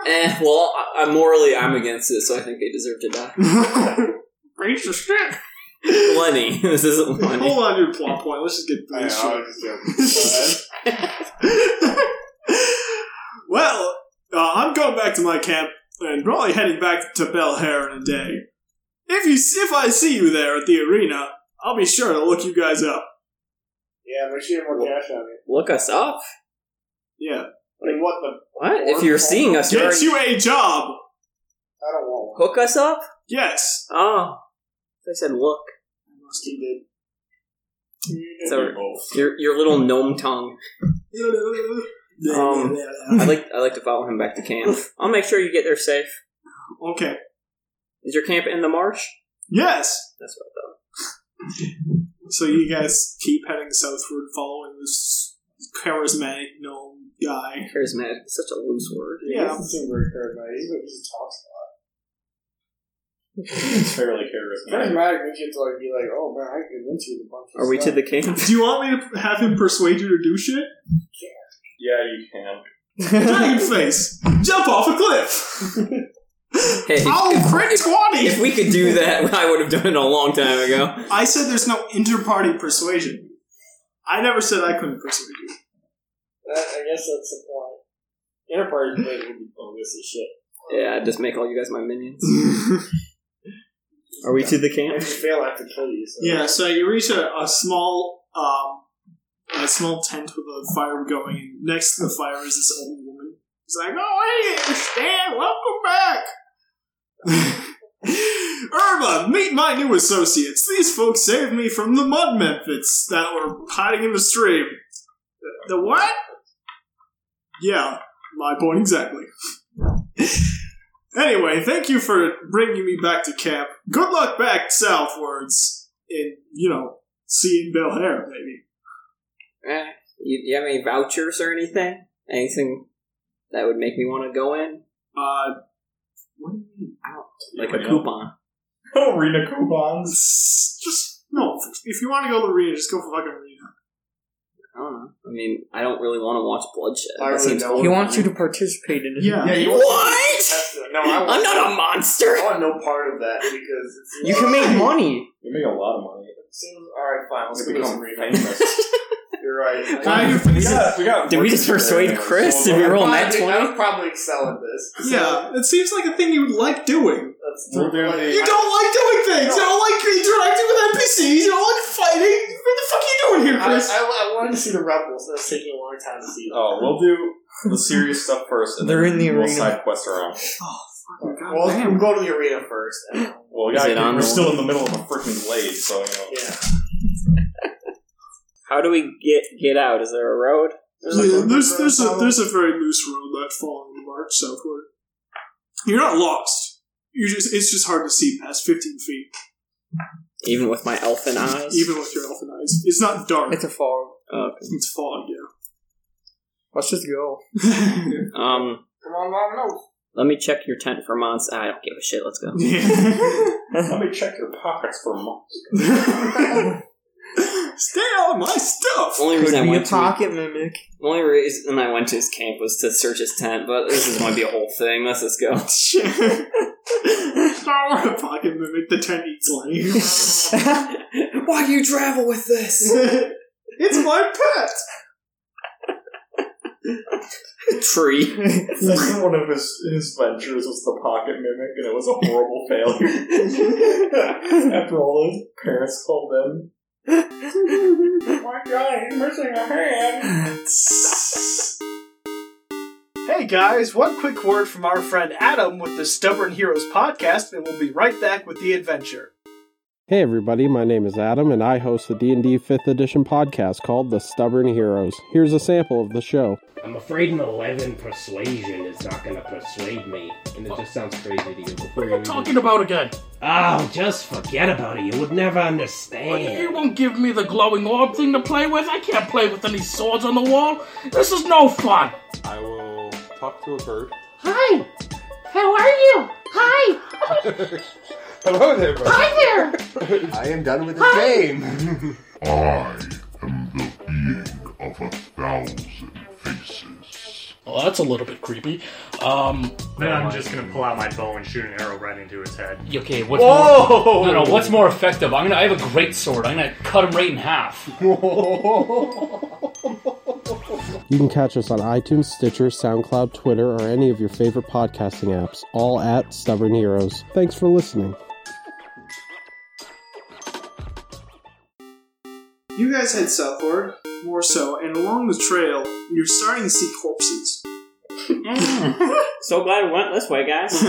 [SPEAKER 7] eh, well, I, I morally, I'm against it, so I think they deserve to die.
[SPEAKER 2] raise your stick.
[SPEAKER 7] Lenny, this isn't Lenny.
[SPEAKER 2] Hold on to your plot point. Let's just get
[SPEAKER 6] I
[SPEAKER 2] through this
[SPEAKER 6] know, I
[SPEAKER 2] shit.
[SPEAKER 6] was just
[SPEAKER 2] well, uh, I'm going back to my camp and probably heading back to Bel Air in a day. If you if I see you there at the arena, I'll be sure to look you guys up.
[SPEAKER 6] yeah, make sure you have more cash on you.
[SPEAKER 7] Look us up.
[SPEAKER 2] Yeah,
[SPEAKER 6] Like, what the?
[SPEAKER 7] What? If you're seeing us, you're
[SPEAKER 2] get
[SPEAKER 7] already-
[SPEAKER 2] you a job.
[SPEAKER 6] I don't want one.
[SPEAKER 7] hook us up.
[SPEAKER 2] Yes.
[SPEAKER 7] Oh, I said look.
[SPEAKER 6] He did.
[SPEAKER 7] So your your little gnome tongue. Um, I like I like to follow him back to camp. I'll make sure you get there safe.
[SPEAKER 2] okay.
[SPEAKER 7] Is your camp in the marsh?
[SPEAKER 2] Yes.
[SPEAKER 7] That's what I thought.
[SPEAKER 2] So you guys keep heading southward, following this charismatic gnome guy.
[SPEAKER 7] Charismatic is such a loose word.
[SPEAKER 6] Yeah, he doesn't seem very charismatic. He's- He just talks a lot.
[SPEAKER 5] It's fairly charismatic.
[SPEAKER 6] Charismatic means you have to like be like, oh man, I can convince you with a bunch of
[SPEAKER 7] Are we to
[SPEAKER 6] stuff.
[SPEAKER 7] the camp?
[SPEAKER 2] Do you want me to have him persuade you to do shit?
[SPEAKER 5] Yeah, you can.
[SPEAKER 2] Dragon face, jump off a cliff.
[SPEAKER 7] Hey, if-
[SPEAKER 2] Oh, crit
[SPEAKER 7] if
[SPEAKER 2] twenty.
[SPEAKER 7] we could do that, I would have done it a long time ago.
[SPEAKER 2] I said there's no inter-party persuasion. I never said I couldn't persuade you.
[SPEAKER 6] That, I guess that's the point. Enterprise play would be bogus as shit.
[SPEAKER 7] Yeah, I'd just make all you guys my minions. Are we to the
[SPEAKER 6] And
[SPEAKER 7] camp?
[SPEAKER 6] if you fail, I have to kill you. So.
[SPEAKER 2] Yeah, so you reach a, a small um, a small tent with a fire going, and next to the fire is this old woman. She's like, "Oh, hey, Stan, welcome back." Irma, meet my new associates. These folks saved me from the mud Memphis that were hiding in the stream. The what? Yeah, my point exactly. Anyway, thank you for bringing me back to camp. Good luck back southwards in, you know, seeing Bel Air, maybe.
[SPEAKER 7] Eh, you, you have any vouchers or anything? Anything that would make me want to go in?
[SPEAKER 2] Uh, what do you mean?
[SPEAKER 7] Like a coupon?
[SPEAKER 6] Arena coupons.
[SPEAKER 2] It's just, no, if you want to go to the arena, just go for fucking arena.
[SPEAKER 7] I don't know. I mean, I don't really want to watch bloodshed.
[SPEAKER 6] I
[SPEAKER 7] That
[SPEAKER 6] really
[SPEAKER 7] seems
[SPEAKER 6] don't.
[SPEAKER 7] cool.
[SPEAKER 6] wants you to
[SPEAKER 4] participate in
[SPEAKER 2] Yeah.
[SPEAKER 6] Yeah, you
[SPEAKER 7] What?
[SPEAKER 6] No, I want,
[SPEAKER 7] I'm not a monster.
[SPEAKER 6] I want no part of that because it's,
[SPEAKER 7] You can make money.
[SPEAKER 5] You make a lot of money.
[SPEAKER 6] Soon, all right, fine.
[SPEAKER 5] You
[SPEAKER 6] Let's go to
[SPEAKER 5] become
[SPEAKER 6] some arena.
[SPEAKER 5] famous.
[SPEAKER 6] You're right.
[SPEAKER 2] Why are you
[SPEAKER 5] we got, we got
[SPEAKER 7] Did we just persuade Chris? Did we roll a
[SPEAKER 6] I
[SPEAKER 7] nat
[SPEAKER 6] think I
[SPEAKER 7] 20?
[SPEAKER 6] would probably excel at this. So
[SPEAKER 2] Yeah, it seems like a thing you would like doing.
[SPEAKER 6] That's
[SPEAKER 5] We're doing the-
[SPEAKER 2] You don't like doing things! You don't like interacting with NPCs! You don't like fighting! What the fuck are you doing here,
[SPEAKER 6] I, I,
[SPEAKER 2] Chris?
[SPEAKER 6] I wanted to see the rebels. That's taking a long time to see them.
[SPEAKER 5] Oh, we'll do the serious stuff first, and
[SPEAKER 4] They're
[SPEAKER 5] then
[SPEAKER 4] in the
[SPEAKER 5] we'll
[SPEAKER 4] arena.
[SPEAKER 5] side quest around.
[SPEAKER 2] Oh, God
[SPEAKER 6] well,
[SPEAKER 2] damn.
[SPEAKER 6] we'll go to the arena first. And,
[SPEAKER 5] Well, we
[SPEAKER 7] Is
[SPEAKER 5] gotta
[SPEAKER 7] it
[SPEAKER 5] get-
[SPEAKER 7] on
[SPEAKER 5] we're
[SPEAKER 7] the-
[SPEAKER 5] still in the middle of a freaking glade, so you know.
[SPEAKER 6] yeah.
[SPEAKER 7] How do we get get out? Is there a road?
[SPEAKER 2] Yeah, there's there's a there's a very loose road that following the march southward. You're not lost. You just it's just hard to see past 15 feet,
[SPEAKER 7] Even with my elfin eyes?
[SPEAKER 2] even with your elfin eyes. It's not dark. It's,
[SPEAKER 4] It's a fog.
[SPEAKER 2] fog. Yeah.
[SPEAKER 4] Let's just go.
[SPEAKER 7] Um,
[SPEAKER 6] Come on, mom, no.
[SPEAKER 7] let me check your tent for months. I don't give a shit. Let's go.
[SPEAKER 5] Let me check your pockets for months.
[SPEAKER 2] Stay on my stuff.
[SPEAKER 7] Only
[SPEAKER 4] Could
[SPEAKER 7] reason I
[SPEAKER 4] be a
[SPEAKER 7] went to
[SPEAKER 4] pocket mimic.
[SPEAKER 7] only reason I went to his camp was to search his tent, but this is going to be a whole thing. Let's just go.
[SPEAKER 2] I want a pocket mimic. The tent eats Lenny.
[SPEAKER 7] Why do you travel with this?
[SPEAKER 2] it's my pet.
[SPEAKER 7] Tree.
[SPEAKER 5] That's one of his, his ventures was the pocket mimic, and it was a horrible failure. After all, his parents called him.
[SPEAKER 6] Oh my god, he's missing a hand.
[SPEAKER 2] Hey,
[SPEAKER 1] Hey guys, one quick word from our friend Adam with the Stubborn Heroes podcast, and we'll be right back with the adventure.
[SPEAKER 9] Hey everybody, my name is Adam and I host the D&D 5th edition podcast called The Stubborn Heroes. Here's a sample of the show.
[SPEAKER 10] I'm afraid an 11 persuasion is not gonna persuade me. And it just sounds crazy to you. Before you
[SPEAKER 11] talking about again?
[SPEAKER 10] Oh, just forget about it. You would never
[SPEAKER 11] You
[SPEAKER 10] understand.
[SPEAKER 11] won't give me the glowing orb thing to play with. I can't play with any swords on the wall. This is no fun.
[SPEAKER 12] I will talk to a bird.
[SPEAKER 11] Hi. How are you? Hi.
[SPEAKER 12] Hello there, bird.
[SPEAKER 11] Hi there.
[SPEAKER 13] I am done with
[SPEAKER 11] Hi.
[SPEAKER 13] game.
[SPEAKER 14] I am the being of a thousand faces.
[SPEAKER 11] Well, that's a little bit creepy. Um.
[SPEAKER 15] Then I'm just gonna pull out my bow and shoot an arrow right into his head.
[SPEAKER 11] Okay. What's
[SPEAKER 15] Whoa!
[SPEAKER 11] more? No, no. What's more effective? I'm gonna. I have a great sword. I'm gonna cut him right in half.
[SPEAKER 9] You can catch us on iTunes, Stitcher, SoundCloud, Twitter, or any of your favorite podcasting apps, all at Stubborn Heroes. Thanks for listening.
[SPEAKER 2] You guys head southward, more so, and along the trail, you're starting to see corpses.
[SPEAKER 3] so glad we went this way, guys.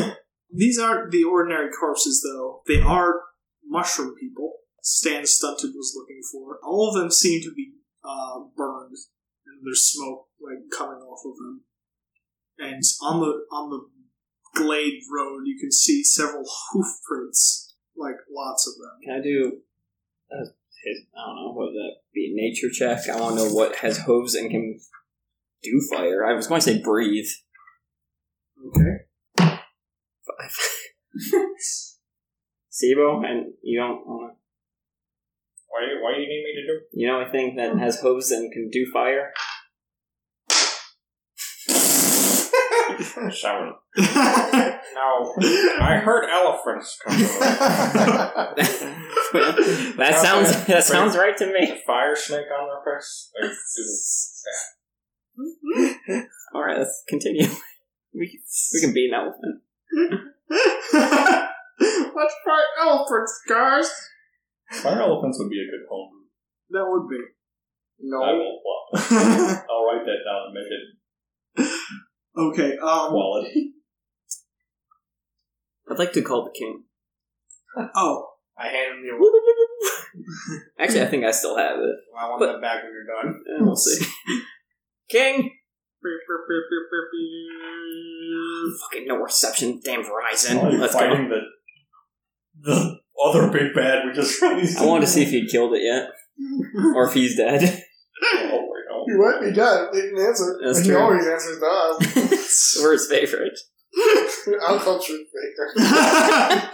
[SPEAKER 2] These aren't the ordinary corpses, though. They are mushroom people. Stan Stunted was looking for. All of them seem to be uh, burned, and there's smoke like coming off of them. And on the on the glade road, you can see several hoof prints, like lots of them.
[SPEAKER 7] Can I do? Uh, I don't know what would that be. a Nature check. I want to know what has hooves and can do fire. I was going to say breathe.
[SPEAKER 2] Okay.
[SPEAKER 7] Sibo, and you don't want to.
[SPEAKER 5] Why, why do you need me to do?
[SPEAKER 7] You know a thing that has hooves and can do fire?
[SPEAKER 5] Seven. No, I heard elephants come.
[SPEAKER 7] that sounds that sounds right to me.
[SPEAKER 5] Fire snake on their face. Like, this is-
[SPEAKER 7] All right, let's continue. We we can be an elephant.
[SPEAKER 2] Let's try elephants, guys.
[SPEAKER 5] Fire elephants would be a good home.
[SPEAKER 2] That would be.
[SPEAKER 5] I
[SPEAKER 6] No.
[SPEAKER 5] won't. Well, I'll write that down and make it
[SPEAKER 2] okay. Um,
[SPEAKER 5] quality.
[SPEAKER 7] I'd like to call the king.
[SPEAKER 2] oh,
[SPEAKER 6] I hand him the award.
[SPEAKER 7] Actually, I think I still have it.
[SPEAKER 6] I want
[SPEAKER 7] But-
[SPEAKER 6] that back when you're done.
[SPEAKER 7] Eh, We'll see. king. Fucking no reception. Damn
[SPEAKER 5] While
[SPEAKER 7] Verizon.
[SPEAKER 5] Oh, you're
[SPEAKER 7] Let's go.
[SPEAKER 5] fighting the the other big bad we just released.
[SPEAKER 7] I want to see if he killed it yet, or if he's dead.
[SPEAKER 5] Oh, wait, oh.
[SPEAKER 6] You might be done. They didn't answer.
[SPEAKER 7] That's
[SPEAKER 6] he
[SPEAKER 7] true.
[SPEAKER 6] always answers to
[SPEAKER 7] We're his favorite.
[SPEAKER 6] us. I'll call truth maker.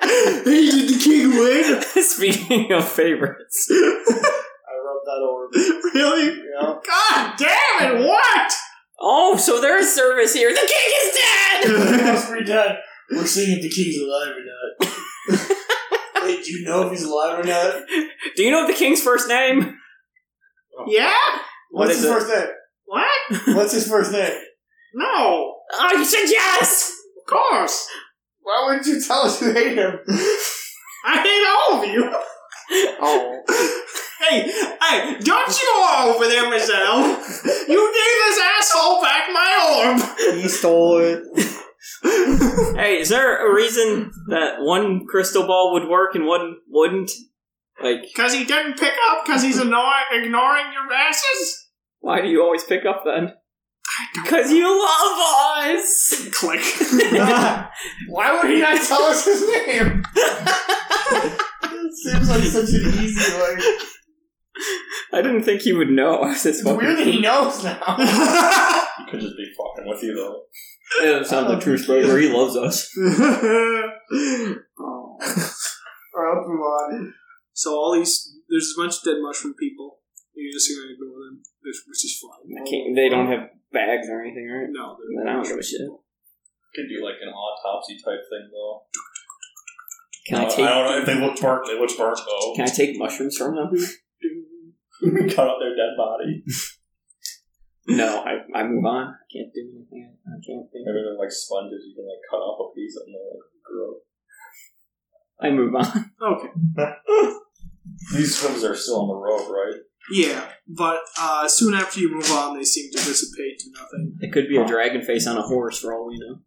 [SPEAKER 2] hey, did the king win?
[SPEAKER 7] Speaking of favorites,
[SPEAKER 6] I rubbed that orb.
[SPEAKER 2] really?
[SPEAKER 6] Yeah.
[SPEAKER 2] God damn it! What?
[SPEAKER 7] oh, so there's service here. The king is dead.
[SPEAKER 6] must be dead. We're seeing if the king's alive or not. Wait, do you know if he's alive or not?
[SPEAKER 7] Do you know the king's first name?
[SPEAKER 2] yeah.
[SPEAKER 7] What
[SPEAKER 6] What's
[SPEAKER 7] is
[SPEAKER 6] his
[SPEAKER 7] it?
[SPEAKER 6] first name?
[SPEAKER 2] What?
[SPEAKER 6] What's his first name?
[SPEAKER 2] No.
[SPEAKER 7] Oh, you said yes.
[SPEAKER 2] Of course.
[SPEAKER 6] Why wouldn't you tell us you hate him?
[SPEAKER 2] I hate all of you.
[SPEAKER 7] Oh,
[SPEAKER 2] Hey, hey, don't you go over there, Michelle. You gave this asshole back my orb.
[SPEAKER 6] He stole it.
[SPEAKER 7] hey, is there a reason that one crystal ball would work and one wouldn't? Like,
[SPEAKER 2] Because he didn't pick up because he's annoying, ignoring your asses?
[SPEAKER 7] why do you always pick up then? Because you love us.
[SPEAKER 2] Click.
[SPEAKER 6] Why would he not tell us his name? it seems like such an easy, like.
[SPEAKER 7] I didn't think you would know. I was just
[SPEAKER 6] It's
[SPEAKER 7] wondering.
[SPEAKER 6] weird that he knows now.
[SPEAKER 5] He could just be fucking with you though.
[SPEAKER 7] Yeah, that sounds like true story. He loves us.
[SPEAKER 6] Alright, let's move on.
[SPEAKER 2] so all these, there's a bunch of dead mushroom people. You're just going to ignore them, which which is fine.
[SPEAKER 7] I can't, they don't have bags or anything, right?
[SPEAKER 2] No, they're
[SPEAKER 7] Then I don't give a shit.
[SPEAKER 5] Could do like an autopsy type thing though.
[SPEAKER 7] Can I
[SPEAKER 5] Uh,
[SPEAKER 7] take?
[SPEAKER 5] I don't know if they looked burnt. They looked burnt though.
[SPEAKER 7] Can I take mushrooms from them?
[SPEAKER 5] Cut up their dead body.
[SPEAKER 7] no, I, I move on. I can't do anything. I can't think.
[SPEAKER 5] Maybe they're like sponges. You can like cut off a piece and they'll like grow.
[SPEAKER 7] I move on.
[SPEAKER 2] Okay.
[SPEAKER 5] These swims are still on the road, right?
[SPEAKER 1] Yeah, but uh, soon after you move on, they seem to dissipate to nothing.
[SPEAKER 7] It could be a dragon face on a horse, for all we know.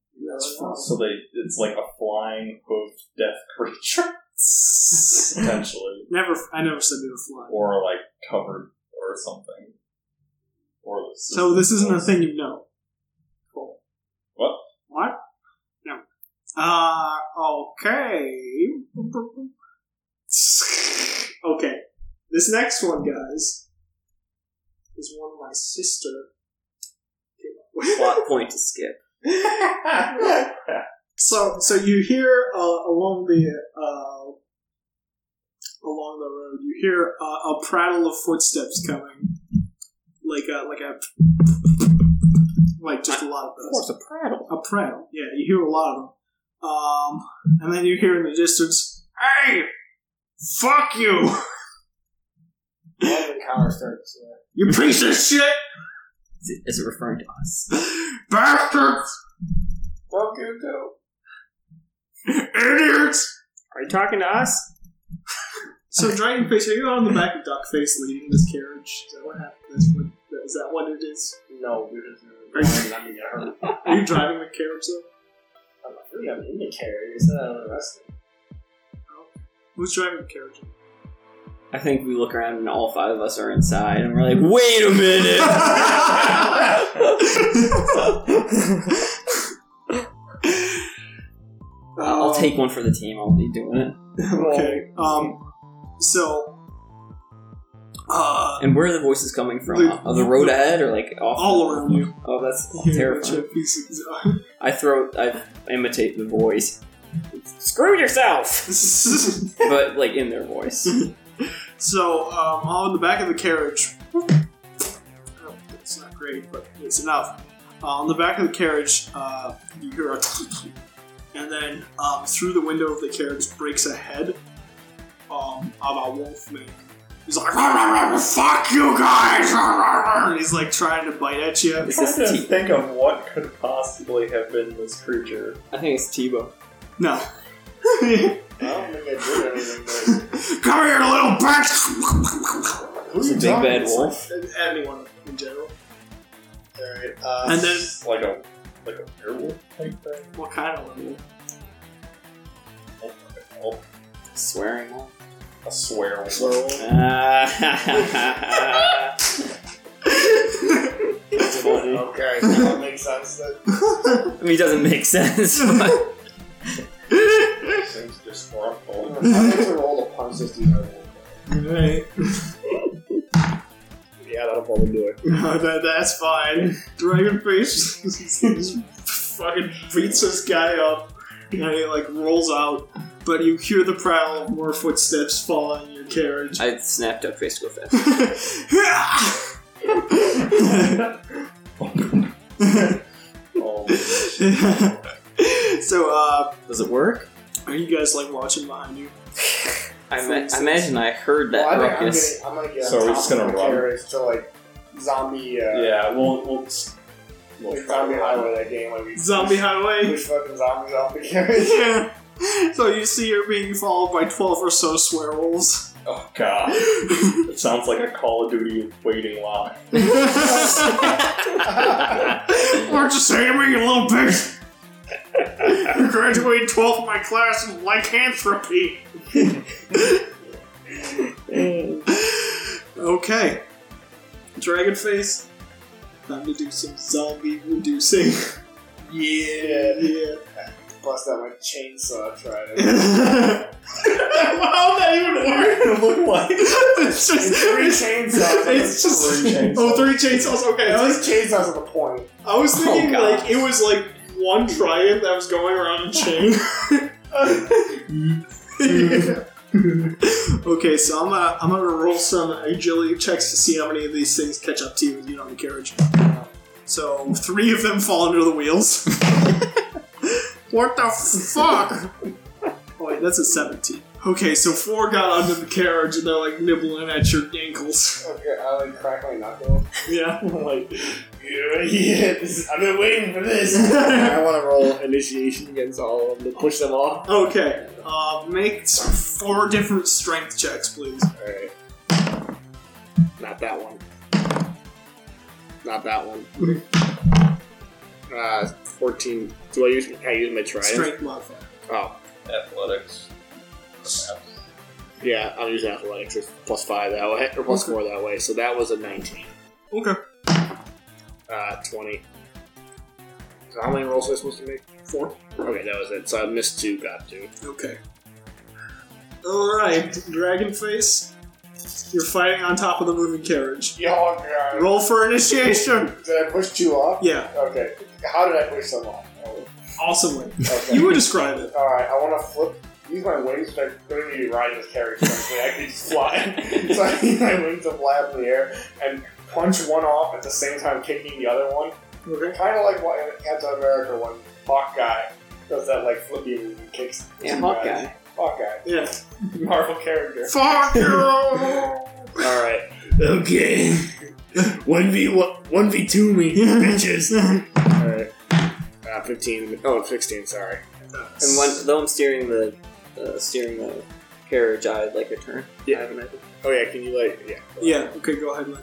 [SPEAKER 5] So they, it's like a flying hoofed death creature, potentially,
[SPEAKER 1] Never, I never said they were flying.
[SPEAKER 5] or like covered or something. Or
[SPEAKER 1] So this isn't a thing you know.
[SPEAKER 5] What?
[SPEAKER 1] What? No. Uh, okay. okay. This next one, guys, is one my sister.
[SPEAKER 7] Plot point to skip.
[SPEAKER 1] so, so you hear uh, along the uh, along the road, you hear uh, a prattle of footsteps coming, like a like a like just a lot of those. Of course,
[SPEAKER 7] a prattle.
[SPEAKER 1] A prattle. Yeah, you hear a lot of them. Um, and then you hear in the distance, "Hey, fuck you,
[SPEAKER 6] Power starts.
[SPEAKER 1] you piece of shit,
[SPEAKER 7] Is it, is it referring to us?
[SPEAKER 1] bastards,
[SPEAKER 6] Fuck you too.
[SPEAKER 1] idiots."
[SPEAKER 7] Are you talking to us?
[SPEAKER 1] So Dragonface, are you on the back of Duckface leading this carriage? Is that what happened? That's what, is that what it is?
[SPEAKER 6] No, you're just going to get hurt.
[SPEAKER 1] Are you driving the carriage though?
[SPEAKER 6] I'm like, we have an in the carrier. Is that on the rest of
[SPEAKER 1] Oh. Who's driving the carriage?
[SPEAKER 7] I think we look around and all five of us are inside, and we're like, "Wait a minute!" I'll take one for the team. I'll be doing it.
[SPEAKER 1] Okay. Um. So. Uh.
[SPEAKER 7] And where are the voices coming from?
[SPEAKER 1] Luke-
[SPEAKER 7] Of the road ahead, or like off?
[SPEAKER 1] All around you.
[SPEAKER 7] Oh, that's
[SPEAKER 1] You hear a bunch
[SPEAKER 7] terrifying.
[SPEAKER 1] of uh, pieces of-
[SPEAKER 7] I throw. I imitate the voice. Screw yourself. but like in their voice.
[SPEAKER 1] so, um, on the back of the carriage. Oh, It's not great, but it's enough. Uh, on the back of the carriage, uh, you hear a. And then um, through the window of the carriage breaks a head um, of a wolf man. He's like, "Rah, rah, rah, rah, fuck you guys! rah, rah, rah," and he's like trying to bite at you.
[SPEAKER 5] I'm trying to think of what could possibly have been this creature.
[SPEAKER 7] I think it's Tebow.
[SPEAKER 1] No.
[SPEAKER 6] I don't think I did anything. But
[SPEAKER 1] Come here, little bitch!
[SPEAKER 7] It's a big bad wolf.
[SPEAKER 1] Anyone in general.
[SPEAKER 6] Alright, uh,
[SPEAKER 1] And then,
[SPEAKER 5] Like a like a werewolf type thing.
[SPEAKER 1] what kind of level?
[SPEAKER 5] Oh,
[SPEAKER 7] Swearing.
[SPEAKER 5] a swear wolf.
[SPEAKER 6] Swirl.
[SPEAKER 7] Ah. That's funny.
[SPEAKER 6] Okay, that makes sense. That
[SPEAKER 7] I mean, it doesn't make sense. But
[SPEAKER 5] seems disgruntled.
[SPEAKER 6] I need to roll to punch this dude. out of the way.
[SPEAKER 1] Alright.
[SPEAKER 6] Yeah, that'll probably do it.
[SPEAKER 1] No, that, that's fine. Dragonface just fucking beats this guy up, and he like rolls out. But you hear the prowl of more footsteps fall on your carriage.
[SPEAKER 7] I snapped up face to go fast.
[SPEAKER 5] Oh,
[SPEAKER 1] so, uh,
[SPEAKER 7] Does it work?
[SPEAKER 1] are you guys like watching behind you?
[SPEAKER 7] I, ma- I imagine I heard that
[SPEAKER 6] Well, I think I'm
[SPEAKER 7] ruckus.
[SPEAKER 6] gonna, I'm gonna get
[SPEAKER 5] So
[SPEAKER 6] on
[SPEAKER 5] we're
[SPEAKER 6] top
[SPEAKER 5] just
[SPEAKER 6] of
[SPEAKER 5] gonna
[SPEAKER 6] the
[SPEAKER 5] run?
[SPEAKER 6] carriage to like zombie. Uh,
[SPEAKER 5] yeah, we'll we'll, we'll
[SPEAKER 6] Like zombie highway that game like we
[SPEAKER 1] Zombie highway.
[SPEAKER 6] push fucking zombies off the carriage.
[SPEAKER 1] yeah. So you see you're being followed by twelve or so swearwolves.
[SPEAKER 5] Oh god, it sounds like a Call of Duty waiting line.
[SPEAKER 1] Aren't you saying me, you little bitch? you graduated 12th in my class in lycanthropy. okay. Dragonface, time to do some zombie reducing. yeah, yeah.
[SPEAKER 6] Bust out my chainsaw. Try it.
[SPEAKER 1] How that even work? look like it's just
[SPEAKER 6] Three chainsaws.
[SPEAKER 1] It's just
[SPEAKER 5] Three chainsaws.
[SPEAKER 1] oh, three chainsaws. Okay, I
[SPEAKER 6] At
[SPEAKER 1] was
[SPEAKER 6] least chainsaws are the point.
[SPEAKER 1] I was
[SPEAKER 7] Oh,
[SPEAKER 1] thinking
[SPEAKER 7] God.
[SPEAKER 1] like it was like one triad that was going around a chain. okay, so I'm gonna I'm gonna roll some agility checks to see how many of these things catch up to you when you get on the carriage. So three of them fall under the wheels. what the fuck? Oh wait, that's a seventeen. Okay, so four got under the carriage and they're like nibbling at your ankles.
[SPEAKER 6] Okay, I like crack my knuckle.
[SPEAKER 1] Yeah.
[SPEAKER 6] I'm like, yeah, yeah this is, I've been waiting for this. I want to roll initiation against all of them to push them off.
[SPEAKER 1] Okay. Uh, make s- four different strength checks, please.
[SPEAKER 6] Alright. Not Not that one. Not that one. uh, 14. Do I use, can I use my trident?
[SPEAKER 1] Strength modifier.
[SPEAKER 6] Oh.
[SPEAKER 5] Athletics.
[SPEAKER 6] Yeah, I'm using athletics. It's plus five that way, or plus four that way. So that was a 19.
[SPEAKER 1] Okay.
[SPEAKER 6] Uh, 20. So how many rolls was I supposed to make? Four. Okay, that was it. So I missed two, got two.
[SPEAKER 1] Okay. All right, Dragonface, you're fighting on top of the moving carriage.
[SPEAKER 6] Oh, God.
[SPEAKER 1] Roll for initiation.
[SPEAKER 6] Did I push two off?
[SPEAKER 1] Yeah.
[SPEAKER 6] Okay. How did I push some off? Oh,
[SPEAKER 1] Awesomely.
[SPEAKER 6] Okay.
[SPEAKER 1] You would describe it.
[SPEAKER 6] Alright, I want to flip. Use my wings, but I'm going to be riding this carriage correctly. I can just fly. so I use my wings to fly up in the air and punch one off at the same time kicking the other one. Kind of like what in Captain America when Hawkeye does that like flippy move and kicks.
[SPEAKER 16] Yeah,
[SPEAKER 6] two
[SPEAKER 16] Hawkeye.
[SPEAKER 6] guys. Hawkeye.
[SPEAKER 1] Yeah.
[SPEAKER 6] Marvel character.
[SPEAKER 1] Fuck you!
[SPEAKER 6] Alright. Okay. 1v1, 1v2 me, bitches. Alright. Uh, 15. Oh, 16, sorry.
[SPEAKER 7] And when, though I'm steering the uh, steering the carriage, I'd like a turn.
[SPEAKER 6] Yeah. Oh yeah, can you like yeah.
[SPEAKER 1] Yeah. Okay, go ahead. Mike.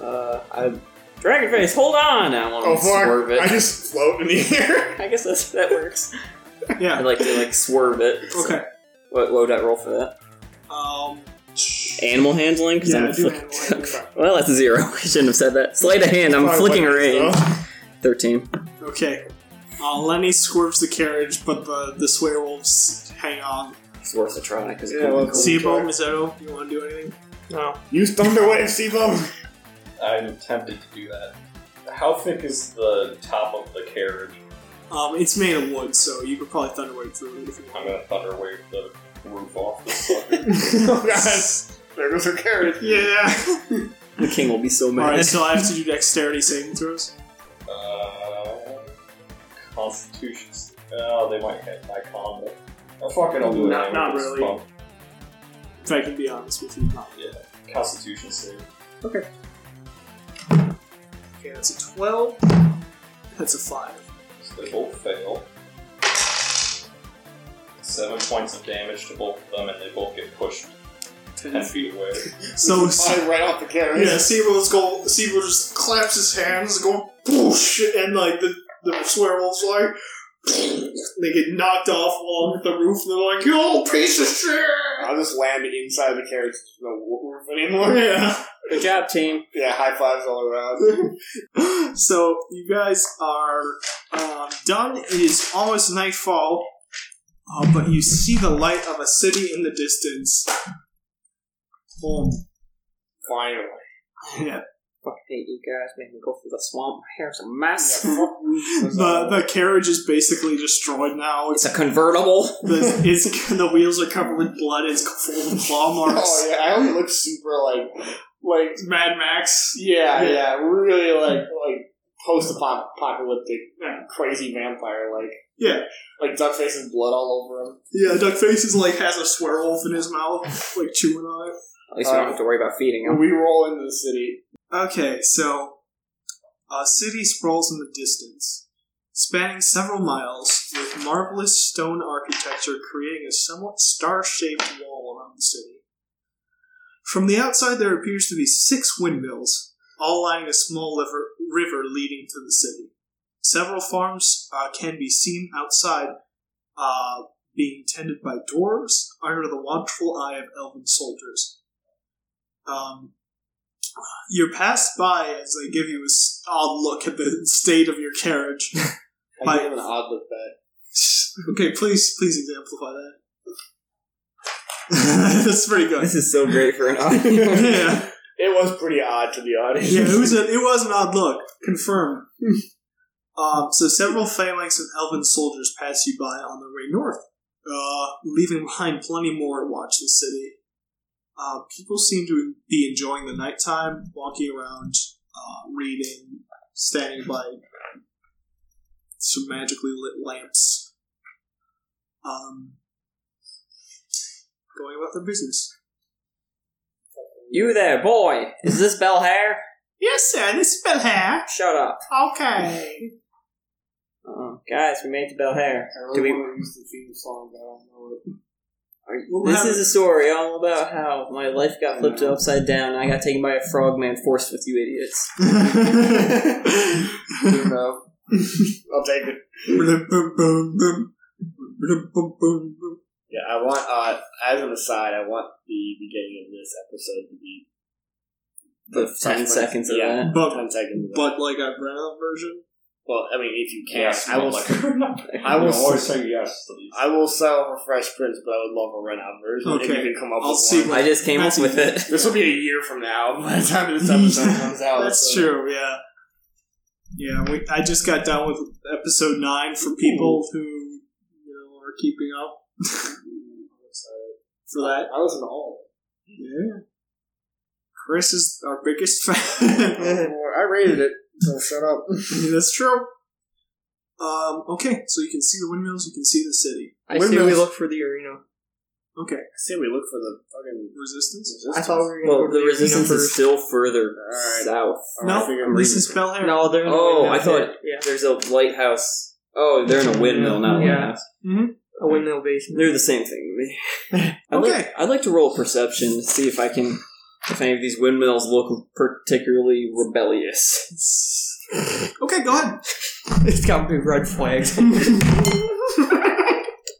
[SPEAKER 7] Uh, I Dragonface, hold on! I want to
[SPEAKER 6] Oh, fuck.
[SPEAKER 7] swerve it.
[SPEAKER 6] I just float in the air.
[SPEAKER 7] I guess that's, that works.
[SPEAKER 1] Yeah.
[SPEAKER 7] I'd like to like swerve it. So
[SPEAKER 1] Okay.
[SPEAKER 7] What, what would I roll for that?
[SPEAKER 1] Um.
[SPEAKER 7] Animal handling? Because
[SPEAKER 1] Yeah,
[SPEAKER 7] I'm
[SPEAKER 1] do
[SPEAKER 7] flick- well, that's a zero. I shouldn't have said that. Sleight of hand. I'm
[SPEAKER 1] Probably
[SPEAKER 7] flicking a
[SPEAKER 1] wouldn't,
[SPEAKER 7] range. Thirteen.
[SPEAKER 1] Okay. Uh, Lenny swerves the carriage, but the the swearwolves hang on.
[SPEAKER 7] It's worth a try because
[SPEAKER 1] Yeah, well, Sibo, Misato, you want to do anything? No.
[SPEAKER 6] Use Thunderwave, Sibo.
[SPEAKER 5] I'm tempted to do that. How thick is the top of the carriage?
[SPEAKER 1] Um, it's made of wood, so you could probably thunderwave through it if you
[SPEAKER 5] I'm
[SPEAKER 1] want.
[SPEAKER 5] gonna thunder wave the roof off this fucker.
[SPEAKER 6] oh god. There goes her carriage.
[SPEAKER 1] Yeah.
[SPEAKER 7] The king will be so mad.
[SPEAKER 1] All right. So I have to do dexterity saving throws.
[SPEAKER 5] uh, Constitution. Oh, they might hit my combo. Oh, fuck it, I'll do it.
[SPEAKER 1] Not-
[SPEAKER 5] anyway.
[SPEAKER 1] not
[SPEAKER 5] It's
[SPEAKER 1] really.
[SPEAKER 5] fun.
[SPEAKER 1] If I can be honest with you, not.
[SPEAKER 5] Yeah. Constitution save.
[SPEAKER 1] Okay, that's a twelve. That's a five.
[SPEAKER 5] So they both fail. Seven points of damage to both of them, and they both get pushed ten feet away.
[SPEAKER 6] Oh,
[SPEAKER 1] So
[SPEAKER 6] Fly right off the carriage.
[SPEAKER 1] yeah, Sibo's go. Sibo just claps his hands, going boosh, and like the the swearwolves like they get knocked off along with the roof. And they're like, "You old piece of shit!"
[SPEAKER 6] I'll just land it inside the carriage. There's no roof anymore.
[SPEAKER 1] Yeah.
[SPEAKER 7] Good job, team.
[SPEAKER 6] Yeah, high fives all around.
[SPEAKER 1] So you guys are um, done. It is almost nightfall, uh, but you see the light of a city in the distance. Home.
[SPEAKER 6] Finally.
[SPEAKER 1] Yeah.
[SPEAKER 7] Fuck, hate you guys. Make me go through the swamp. My hair's a mess.
[SPEAKER 1] The the carriage is basically destroyed now.
[SPEAKER 7] It's a convertible.
[SPEAKER 1] The, it's, the wheels are covered with blood. It's full of claw marks.
[SPEAKER 6] Oh yeah, I only look super like like
[SPEAKER 1] Mad Max.
[SPEAKER 6] yeah, yeah, really like like post apocalyptic crazy vampire like
[SPEAKER 1] Yeah.
[SPEAKER 6] like Duckface and blood all over him.
[SPEAKER 1] Yeah, Duckface is like has a swearwolf in his mouth, like chewing on it.
[SPEAKER 7] At least we don't have to worry about feeding
[SPEAKER 6] When
[SPEAKER 7] him.
[SPEAKER 6] we roll into the city,
[SPEAKER 1] Okay, so a city sprawls in the distance, spanning several miles, with marvelous stone architecture creating a somewhat star shaped wall around the city. From the outside, there appears to be six windmills, all lining a small liver, river leading to the city. Several farms uh, can be seen outside, uh, being tended by dwarves under the watchful eye of elven soldiers. Um, you're passed by as they give you a s- odd look at the state of your carriage.
[SPEAKER 6] I
[SPEAKER 1] By-
[SPEAKER 6] give him an odd look back.
[SPEAKER 1] okay, please, please exemplify that. That's pretty good.
[SPEAKER 7] This is so great for an audience.
[SPEAKER 1] yeah,
[SPEAKER 6] It was pretty odd to the audience.
[SPEAKER 1] yeah, it was an, it was an odd look. Confirmed. um, so several phalanx of elven soldiers pass you by on their way north, uh, leaving behind plenty more to watch the city. Uh, people seem to be enjoying the nighttime, walking around, uh, reading, standing by some magically lit lamps, um, going about their business.
[SPEAKER 7] you there, boy. Is this Bell Hair?
[SPEAKER 1] Yes, sir. This is Belhair.
[SPEAKER 7] Shut up.
[SPEAKER 1] Okay.
[SPEAKER 7] Uh-uh. Guys, we made it to Bell Hair.
[SPEAKER 6] I really
[SPEAKER 7] Do we?
[SPEAKER 6] want to use the theme song, but I don't know it.
[SPEAKER 7] This is a story all about how my life got flipped upside down and I got taken by a frogman forced with you idiots.
[SPEAKER 17] no. I'll take it.
[SPEAKER 3] Yeah, I want. Uh, as an aside, I want the beginning of this episode to be
[SPEAKER 7] The 10 seconds of
[SPEAKER 3] yeah,
[SPEAKER 7] that.
[SPEAKER 3] But, ten seconds. Of
[SPEAKER 6] But like a brown version?
[SPEAKER 3] that. well, I mean, if you can,
[SPEAKER 5] Yes,
[SPEAKER 3] I will.
[SPEAKER 5] but like-
[SPEAKER 3] I will
[SPEAKER 5] You always
[SPEAKER 3] s-
[SPEAKER 5] say yes to these.
[SPEAKER 3] I will sell for Fresh Prince, but I would love a run out version. If
[SPEAKER 6] Okay,
[SPEAKER 3] you can come up
[SPEAKER 6] I'll
[SPEAKER 3] with
[SPEAKER 6] see
[SPEAKER 3] one.
[SPEAKER 6] what- I just came up with
[SPEAKER 7] it.
[SPEAKER 3] This will be a year from now by the time this episode comes out.
[SPEAKER 6] That's
[SPEAKER 3] so-
[SPEAKER 6] true, yeah. Yeah, we, I just got done with episode 9 for people who you know are keeping up. for that. I was in all. Yeah. Chris is our biggest fan.
[SPEAKER 17] I rated it, so shut up.
[SPEAKER 6] That's true. Um, okay, so you can see the windmills, you can see the city.
[SPEAKER 7] I say we look for the arena.
[SPEAKER 6] Okay. I
[SPEAKER 3] say we look for the fucking
[SPEAKER 6] resistance.
[SPEAKER 7] I thought we were well, the resistance is still further south.
[SPEAKER 6] No, this is Bel-Air.
[SPEAKER 7] No,
[SPEAKER 6] they're in a
[SPEAKER 7] oh,
[SPEAKER 6] windmill
[SPEAKER 7] I thought
[SPEAKER 6] pit. Yeah.
[SPEAKER 7] there's a lighthouse. Oh, they're in a windmill, not a
[SPEAKER 6] Yeah.
[SPEAKER 7] lighthouse.
[SPEAKER 6] Mhm.
[SPEAKER 7] A windmill basement. They're the same thing to me. I'd okay. Like, I'd like to roll perception to see if I can, if any of these windmills look particularly rebellious.
[SPEAKER 6] Okay, go ahead.
[SPEAKER 7] it's got big red flags. uh,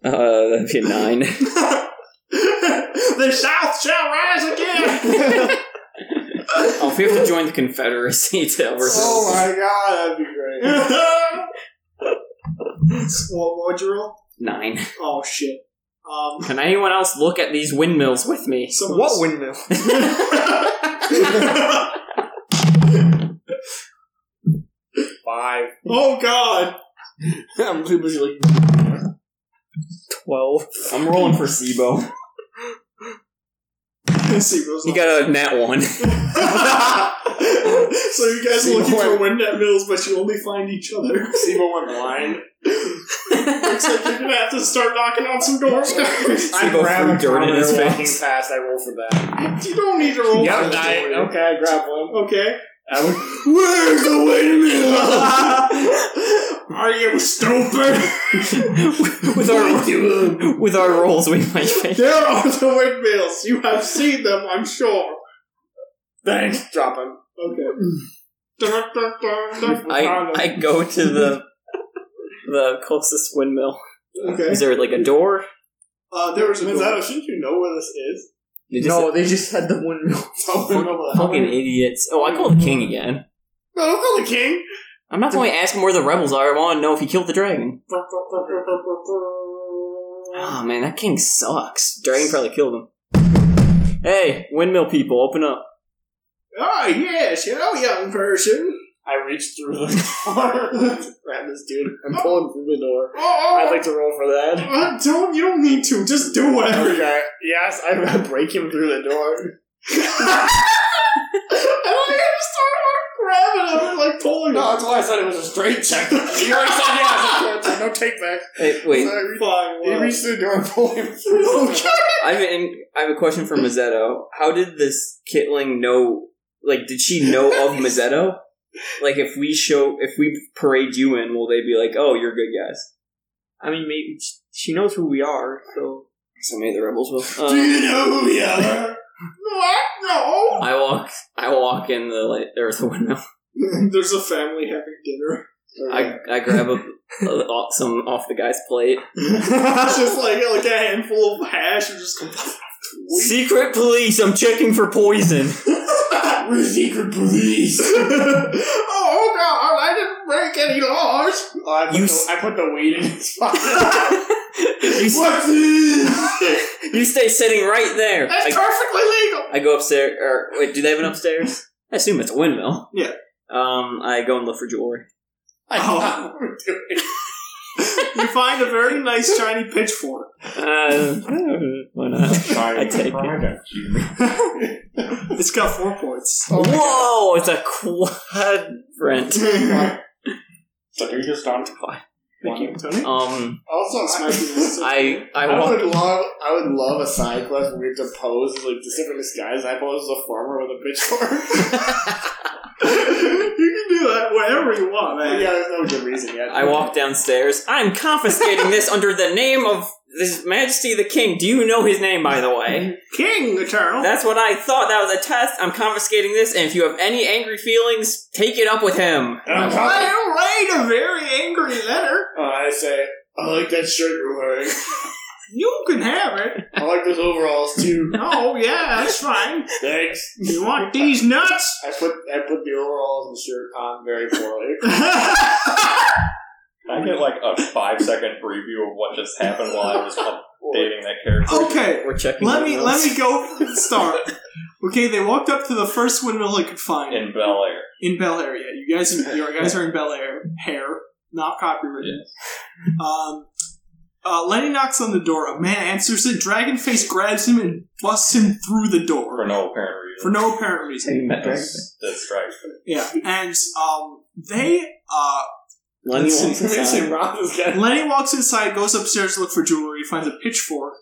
[SPEAKER 7] that'd be a nine.
[SPEAKER 3] the South shall rise again.
[SPEAKER 7] oh, if we have to join the Confederacy to overthrow.
[SPEAKER 17] Oh my god, that'd be great.
[SPEAKER 6] what, what would you roll?
[SPEAKER 7] Nine.
[SPEAKER 6] Oh, shit. Um,
[SPEAKER 7] Can anyone else look at these windmills with me?
[SPEAKER 6] Someone's- What
[SPEAKER 7] windmill?
[SPEAKER 3] Five.
[SPEAKER 6] Oh god!
[SPEAKER 7] I'm too busy looking. Twelve. I'm rolling for Sibo. You got a nat one.
[SPEAKER 6] so you guys
[SPEAKER 7] See
[SPEAKER 6] are looking
[SPEAKER 7] what-
[SPEAKER 6] for wind at mills, but you only find each other.
[SPEAKER 3] Sibo went blind.
[SPEAKER 6] Looks like you're gonna have to start knocking on some doors.
[SPEAKER 3] I
[SPEAKER 7] Sibo
[SPEAKER 3] grab
[SPEAKER 7] threw
[SPEAKER 3] a
[SPEAKER 7] dirt in
[SPEAKER 3] dirt
[SPEAKER 7] his
[SPEAKER 3] walking
[SPEAKER 7] face.
[SPEAKER 3] past. I roll for that.
[SPEAKER 6] you don't need to roll.
[SPEAKER 3] Yep,
[SPEAKER 6] for
[SPEAKER 3] I-
[SPEAKER 6] it.
[SPEAKER 3] okay, I grab one.
[SPEAKER 6] Okay.
[SPEAKER 3] I would
[SPEAKER 6] Where's the windmill? Are you stupid?
[SPEAKER 7] with our with our rolls, we might fail.
[SPEAKER 6] there are the windmills. You have seen them, I'm sure.
[SPEAKER 3] Thanks. Drop him.
[SPEAKER 6] Okay. Dun, dun, dun, dun.
[SPEAKER 7] I I go to the the closest windmill.
[SPEAKER 6] Okay.
[SPEAKER 7] Is there like a door?
[SPEAKER 6] Uh, there was a
[SPEAKER 3] Manzato,
[SPEAKER 6] door.
[SPEAKER 3] shouldn't you know where this is?
[SPEAKER 7] Oh,
[SPEAKER 3] Oh,
[SPEAKER 7] They
[SPEAKER 17] they just
[SPEAKER 7] just-
[SPEAKER 17] had the windmill.
[SPEAKER 7] Fucking idiots! Oh, I call the king again.
[SPEAKER 3] No, don't call the king.
[SPEAKER 7] I'm not going to ask him where the rebels are. I want to know if he killed the dragon. Oh man, that king sucks. Dragon probably killed him. Hey, windmill people, open up.
[SPEAKER 6] Ah, yes, hello, young person.
[SPEAKER 3] I reach through the door, grab this dude, and pull him through the door.
[SPEAKER 6] Oh,
[SPEAKER 3] I'd like to roll for that.
[SPEAKER 6] Uh, don't you don't need to. Just do whatever. you-
[SPEAKER 3] Okay. Yes, I'm gonna break him through the door.
[SPEAKER 6] And I gotta start grabbing him and like pulling.
[SPEAKER 3] No,
[SPEAKER 6] him.
[SPEAKER 3] that's why I said it was a straight check. You already said yes. so No take back.
[SPEAKER 7] Hey, wait.
[SPEAKER 3] So I reach-
[SPEAKER 6] Fine.
[SPEAKER 3] he
[SPEAKER 6] well.
[SPEAKER 3] reached through the door and pulled him through. The door.
[SPEAKER 7] I have, an, I have a question for Mazzetto. How did this Kitling know? Like, did she know of Mazzetto? Like, if we show, if we parade you in, will they be like, "Oh, you're good guys"?
[SPEAKER 18] I mean, maybe sh- she knows who we are, so
[SPEAKER 7] So maybe the rebels will.
[SPEAKER 6] Do
[SPEAKER 7] Um,
[SPEAKER 6] you know who we are? what? No.
[SPEAKER 7] I walk. I walk in the light or the window.
[SPEAKER 6] There's a family having dinner.
[SPEAKER 7] I I grab a, a- some off the guy's plate.
[SPEAKER 6] it's just like like a handful of hash and just.
[SPEAKER 7] Secret police. I'm checking for poison.
[SPEAKER 6] We're secret police. oh God! I didn't break any laws.
[SPEAKER 3] Oh, I, put
[SPEAKER 7] You
[SPEAKER 3] the,
[SPEAKER 7] s-
[SPEAKER 3] I put the weed in his pocket.
[SPEAKER 7] You, s-
[SPEAKER 6] What's this?
[SPEAKER 7] you stay sitting right there.
[SPEAKER 6] That's
[SPEAKER 7] I,
[SPEAKER 6] perfectly legal.
[SPEAKER 7] I go upstairs. Or wait, do they have an upstairs? I assume it's a windmill.
[SPEAKER 6] Yeah.
[SPEAKER 7] Um, I go and look for jewelry.
[SPEAKER 3] I
[SPEAKER 6] Oh.
[SPEAKER 3] know what we're doing.
[SPEAKER 6] You find a very nice shiny pitchfork.
[SPEAKER 7] Uh, why not? I take it.
[SPEAKER 6] It's got four points.
[SPEAKER 7] Whoa! It's a quadrant.
[SPEAKER 5] So you're just on
[SPEAKER 6] Thank you, Tony.
[SPEAKER 7] Um,
[SPEAKER 3] Also, I,
[SPEAKER 7] I I
[SPEAKER 3] I
[SPEAKER 7] walk.
[SPEAKER 3] would love, I would love a side quest where we have to pose as, like just different disguise. I pose as a farmer with a pitchfork.
[SPEAKER 6] you can do that whenever you want,
[SPEAKER 3] But
[SPEAKER 6] man.
[SPEAKER 3] yeah, there's no good reason yet.
[SPEAKER 7] I walk downstairs. I'm confiscating this under the name of His Majesty the King, do you know his name, by the way?
[SPEAKER 19] King Eternal.
[SPEAKER 7] That's what I thought. That was a test. I'm confiscating this, and if you have any angry feelings, take it up with him.
[SPEAKER 6] Oh.
[SPEAKER 19] I write a very angry letter.
[SPEAKER 20] Oh, I say, I like that shirt you're wearing.
[SPEAKER 19] You can have it.
[SPEAKER 20] I like those overalls too.
[SPEAKER 19] Oh yeah, that's fine.
[SPEAKER 20] Thanks.
[SPEAKER 19] You want these nuts?
[SPEAKER 20] I put I put the overalls and shirt on very poorly.
[SPEAKER 5] I get like a five second preview of what just happened while I was updating that character.
[SPEAKER 2] Okay,
[SPEAKER 7] we're checking.
[SPEAKER 2] Let me let me go from the start. Okay, they walked up to the first windmill they could find
[SPEAKER 5] in Bel Air.
[SPEAKER 2] in Bel Air. Yeah, you guys, you guys are in Bel Air. Hair, not copyrighted. Um, uh, Lenny knocks on the door. A man answers it. Dragonface grabs him and busts him through the door
[SPEAKER 5] for no apparent reason.
[SPEAKER 2] for no apparent reason.
[SPEAKER 5] That's, that's right.
[SPEAKER 2] Yeah, and um, they uh,
[SPEAKER 7] Lenny
[SPEAKER 2] let's see,
[SPEAKER 7] walks
[SPEAKER 2] let me
[SPEAKER 7] inside.
[SPEAKER 2] see. Lenny walks inside, goes upstairs to look for jewelry, finds a pitchfork.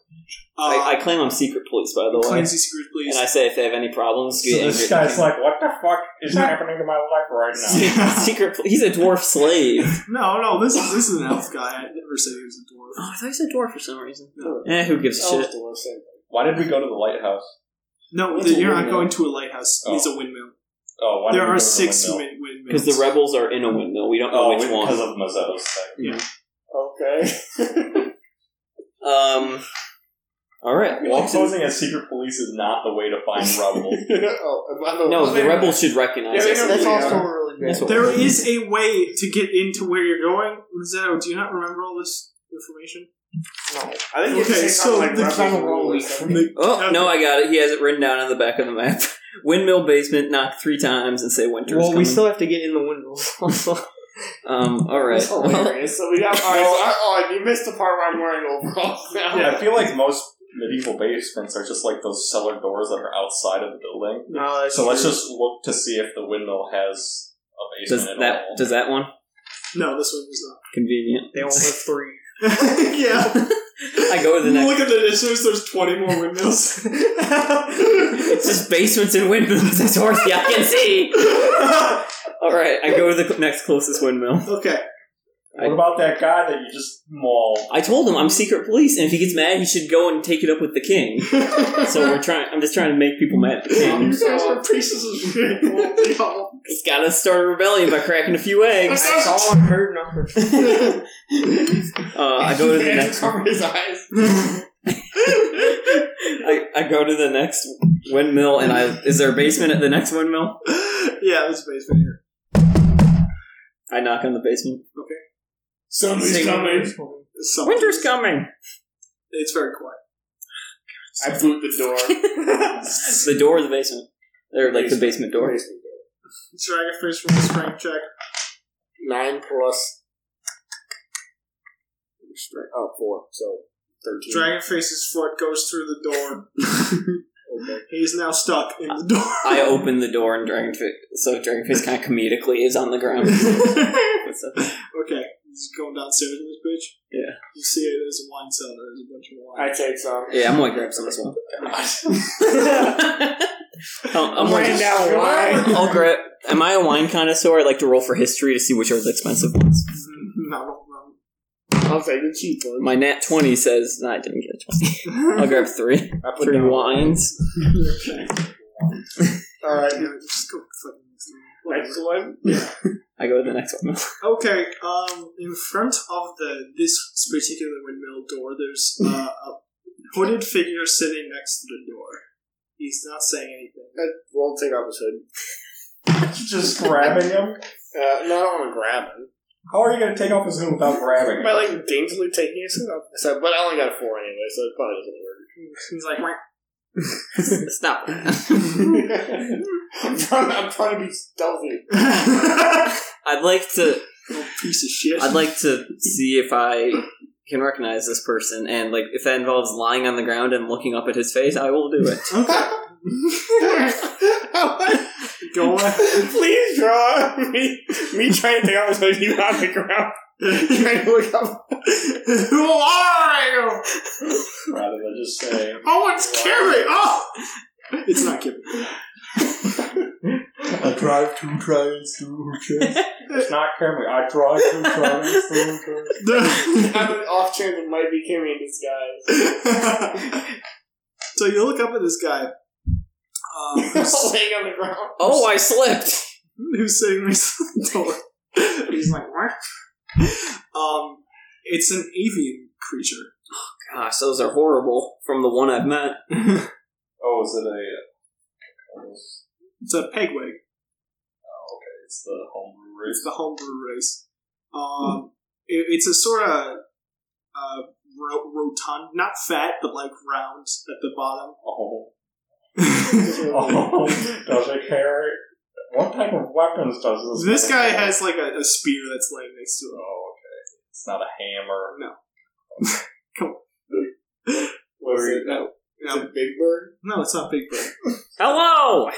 [SPEAKER 2] Uh,
[SPEAKER 7] I, I claim I'm secret police, by the way.
[SPEAKER 2] claims he's secret police.
[SPEAKER 7] And I say if they have any problems,
[SPEAKER 15] So
[SPEAKER 7] get
[SPEAKER 15] this
[SPEAKER 7] angry.
[SPEAKER 15] guy's like, what the fuck is happening to my life right now?
[SPEAKER 7] secret. pol- He's a dwarf slave.
[SPEAKER 2] No, no, this is this is an elf guy. I never said he was a dwarf.
[SPEAKER 7] Oh, I thought he said dwarf for some reason. Eh, who gives a
[SPEAKER 2] Oh,
[SPEAKER 7] shit?
[SPEAKER 5] Why did we go to the lighthouse?
[SPEAKER 2] No,
[SPEAKER 7] It's a
[SPEAKER 2] you're not
[SPEAKER 7] windmill.
[SPEAKER 2] going to a lighthouse. It's a windmill.
[SPEAKER 5] Oh, why did
[SPEAKER 2] There
[SPEAKER 5] we go
[SPEAKER 2] are
[SPEAKER 5] to the
[SPEAKER 2] six
[SPEAKER 5] windmill?
[SPEAKER 2] win- windmills.
[SPEAKER 7] Because the rebels are in a windmill. We don't know
[SPEAKER 5] Oh,
[SPEAKER 7] which one.
[SPEAKER 5] because of Mazzo's thing.
[SPEAKER 2] Yeah.
[SPEAKER 20] Okay.
[SPEAKER 7] Um. All right. Walks in-
[SPEAKER 5] Posing as secret police is not the way to find rebels.
[SPEAKER 6] oh, by the
[SPEAKER 7] No,
[SPEAKER 6] way-
[SPEAKER 7] the rebels should recognize
[SPEAKER 6] Yeah,
[SPEAKER 7] us.
[SPEAKER 6] they know who we are.
[SPEAKER 7] That's what-
[SPEAKER 2] There is a way to get into where you're going. Mazzetto, do you not remember all this information?
[SPEAKER 20] I think it's
[SPEAKER 2] Okay,
[SPEAKER 20] just
[SPEAKER 2] so
[SPEAKER 20] something like
[SPEAKER 2] the
[SPEAKER 20] Rebels
[SPEAKER 2] king
[SPEAKER 20] rule or
[SPEAKER 2] rolls.
[SPEAKER 20] something.
[SPEAKER 2] The,
[SPEAKER 7] Oh no, I got it. He has it written down on the back of the map. Windmill basement, knock three times and say winter's
[SPEAKER 21] Well,
[SPEAKER 7] coming.
[SPEAKER 21] we still have to get in the windows. also.
[SPEAKER 7] um. All right.
[SPEAKER 6] Oh.
[SPEAKER 20] It's hilarious. So we got. All right, so I, oh, and you missed the part where I'm wearing overalls now.
[SPEAKER 5] Yeah, I feel like most medieval basements are just like those cellar doors that are outside of the building.
[SPEAKER 20] No, that's
[SPEAKER 5] So let's
[SPEAKER 20] true.
[SPEAKER 5] just look to see if the windmill has a
[SPEAKER 7] Does
[SPEAKER 5] basement at
[SPEAKER 7] that
[SPEAKER 5] all.
[SPEAKER 7] does that one
[SPEAKER 2] No, this one was not.
[SPEAKER 7] convenient?
[SPEAKER 21] They only have three.
[SPEAKER 2] yeah.
[SPEAKER 7] I go to the next.
[SPEAKER 2] Look at the distance. There's 20 more windmills.
[SPEAKER 7] It's just basements and windmills. That's horse I can see. All right, I go to the next closest windmill.
[SPEAKER 2] okay.
[SPEAKER 5] What about that guy that you just mauled?
[SPEAKER 7] I told him I'm secret police, and if he gets mad, he should go and take it up with the king. so we're trying. I'm just trying to make people mad Um, at the king.
[SPEAKER 20] You guys are pieces of shit. Y'all.
[SPEAKER 7] Just gotta start a rebellion by cracking a few eggs.
[SPEAKER 21] I saw and heard nothing.
[SPEAKER 7] Uh, I go to the next.
[SPEAKER 20] Cover his eyes.
[SPEAKER 7] I, I go to the next windmill, and I is there a basement at the next windmill?
[SPEAKER 2] Yeah, this basement here.
[SPEAKER 7] I knock on the basement.
[SPEAKER 20] Somebody's
[SPEAKER 7] Sing.
[SPEAKER 20] coming.
[SPEAKER 2] Some-
[SPEAKER 7] Winter's coming.
[SPEAKER 2] It's very quiet.
[SPEAKER 20] I boot the door.
[SPEAKER 7] The door of the basement, or like the basement door.
[SPEAKER 2] Dragonface from the strength check.
[SPEAKER 6] Nine plus. Strength, oh, four. So thirteen.
[SPEAKER 2] Dragonface's foot goes through the door. He is now stuck in the door.
[SPEAKER 7] I open the door, and Dragonface. So Dragonface kind of comedically is on the ground. What's up?
[SPEAKER 2] Okay, he's going downstairs in this bitch.
[SPEAKER 7] Yeah.
[SPEAKER 2] You see it, there's a wine cellar, there's a bunch of wine.
[SPEAKER 20] I take some.
[SPEAKER 7] Yeah, I'm gonna grab some as well. Oh, I'm, I'm
[SPEAKER 20] Laying
[SPEAKER 7] like,
[SPEAKER 20] down wine.
[SPEAKER 7] I'll grab. Am I a wine connoisseur? I like to roll for history to see which are the expensive ones.
[SPEAKER 2] No, no.
[SPEAKER 20] I'll take the cheap one.
[SPEAKER 7] My nat twenty says no, I didn't get a twenty. I'll grab three,
[SPEAKER 20] I put
[SPEAKER 7] three
[SPEAKER 20] down-
[SPEAKER 7] wines.
[SPEAKER 20] All right,
[SPEAKER 2] Yeah, just go fucking next door. Whatever.
[SPEAKER 20] next one.
[SPEAKER 7] I go to the next one.
[SPEAKER 2] Okay, um, in front of the this particular windmill door, there's uh, a hooded figure sitting next to the door. He's not saying anything.
[SPEAKER 6] I rolled take off his hood.
[SPEAKER 5] just grabbing him?
[SPEAKER 6] Uh, no, I don't want to grab him.
[SPEAKER 5] How are you going to take off his hood without grabbing him?
[SPEAKER 6] By like daintily taking his hood off. So, but I only got a four anyway, so it probably doesn't work.
[SPEAKER 2] He's like, "Wah."
[SPEAKER 7] Stop.
[SPEAKER 6] I'm trying, I'm trying to be stealthy.
[SPEAKER 7] I'd like to.
[SPEAKER 2] little piece of shit.
[SPEAKER 7] I'd like to see if I can recognize this person, and like if that involves lying on the ground and looking up at his face, I will do it.
[SPEAKER 2] Go ahead.
[SPEAKER 6] Please draw me. Me trying to take off his hood, you on the ground. trying to look up.
[SPEAKER 19] Who are you?
[SPEAKER 5] Rather than just say,
[SPEAKER 19] Oh, it's Kerry. Oh,
[SPEAKER 2] It's not giving.
[SPEAKER 13] I drive two trials through her chest.
[SPEAKER 5] It's not Kermit. I tried to try to
[SPEAKER 2] I'm off chance it might be Kimmy in disguise.
[SPEAKER 6] So you look up at this guy, um, who's,
[SPEAKER 2] Laying on the ground.
[SPEAKER 22] Oh, I slipped.
[SPEAKER 6] who's sitting beside the door. He's like, what? Um, it's an avian creature.
[SPEAKER 7] Oh, Gosh, those are horrible from the one I've met.
[SPEAKER 5] Oh, is it a? Uh,
[SPEAKER 6] It's a pegwig.
[SPEAKER 5] Oh, it's the homebrew race. Hmm.
[SPEAKER 6] It's the homebrew race. Um, it, it's a sort of uh, ro- rotund, not fat, but like round at the bottom.
[SPEAKER 5] Oh. oh. Does it carry? What type of weapons does this?
[SPEAKER 6] This
[SPEAKER 5] thing
[SPEAKER 6] guy
[SPEAKER 5] carry?
[SPEAKER 6] has like a, a spear that's laying next to him.
[SPEAKER 5] Oh, okay. It's not a hammer.
[SPEAKER 6] No.
[SPEAKER 5] What are you?
[SPEAKER 6] No,
[SPEAKER 2] It's a big bird.
[SPEAKER 6] no, it's not Big Bird.
[SPEAKER 7] Hello!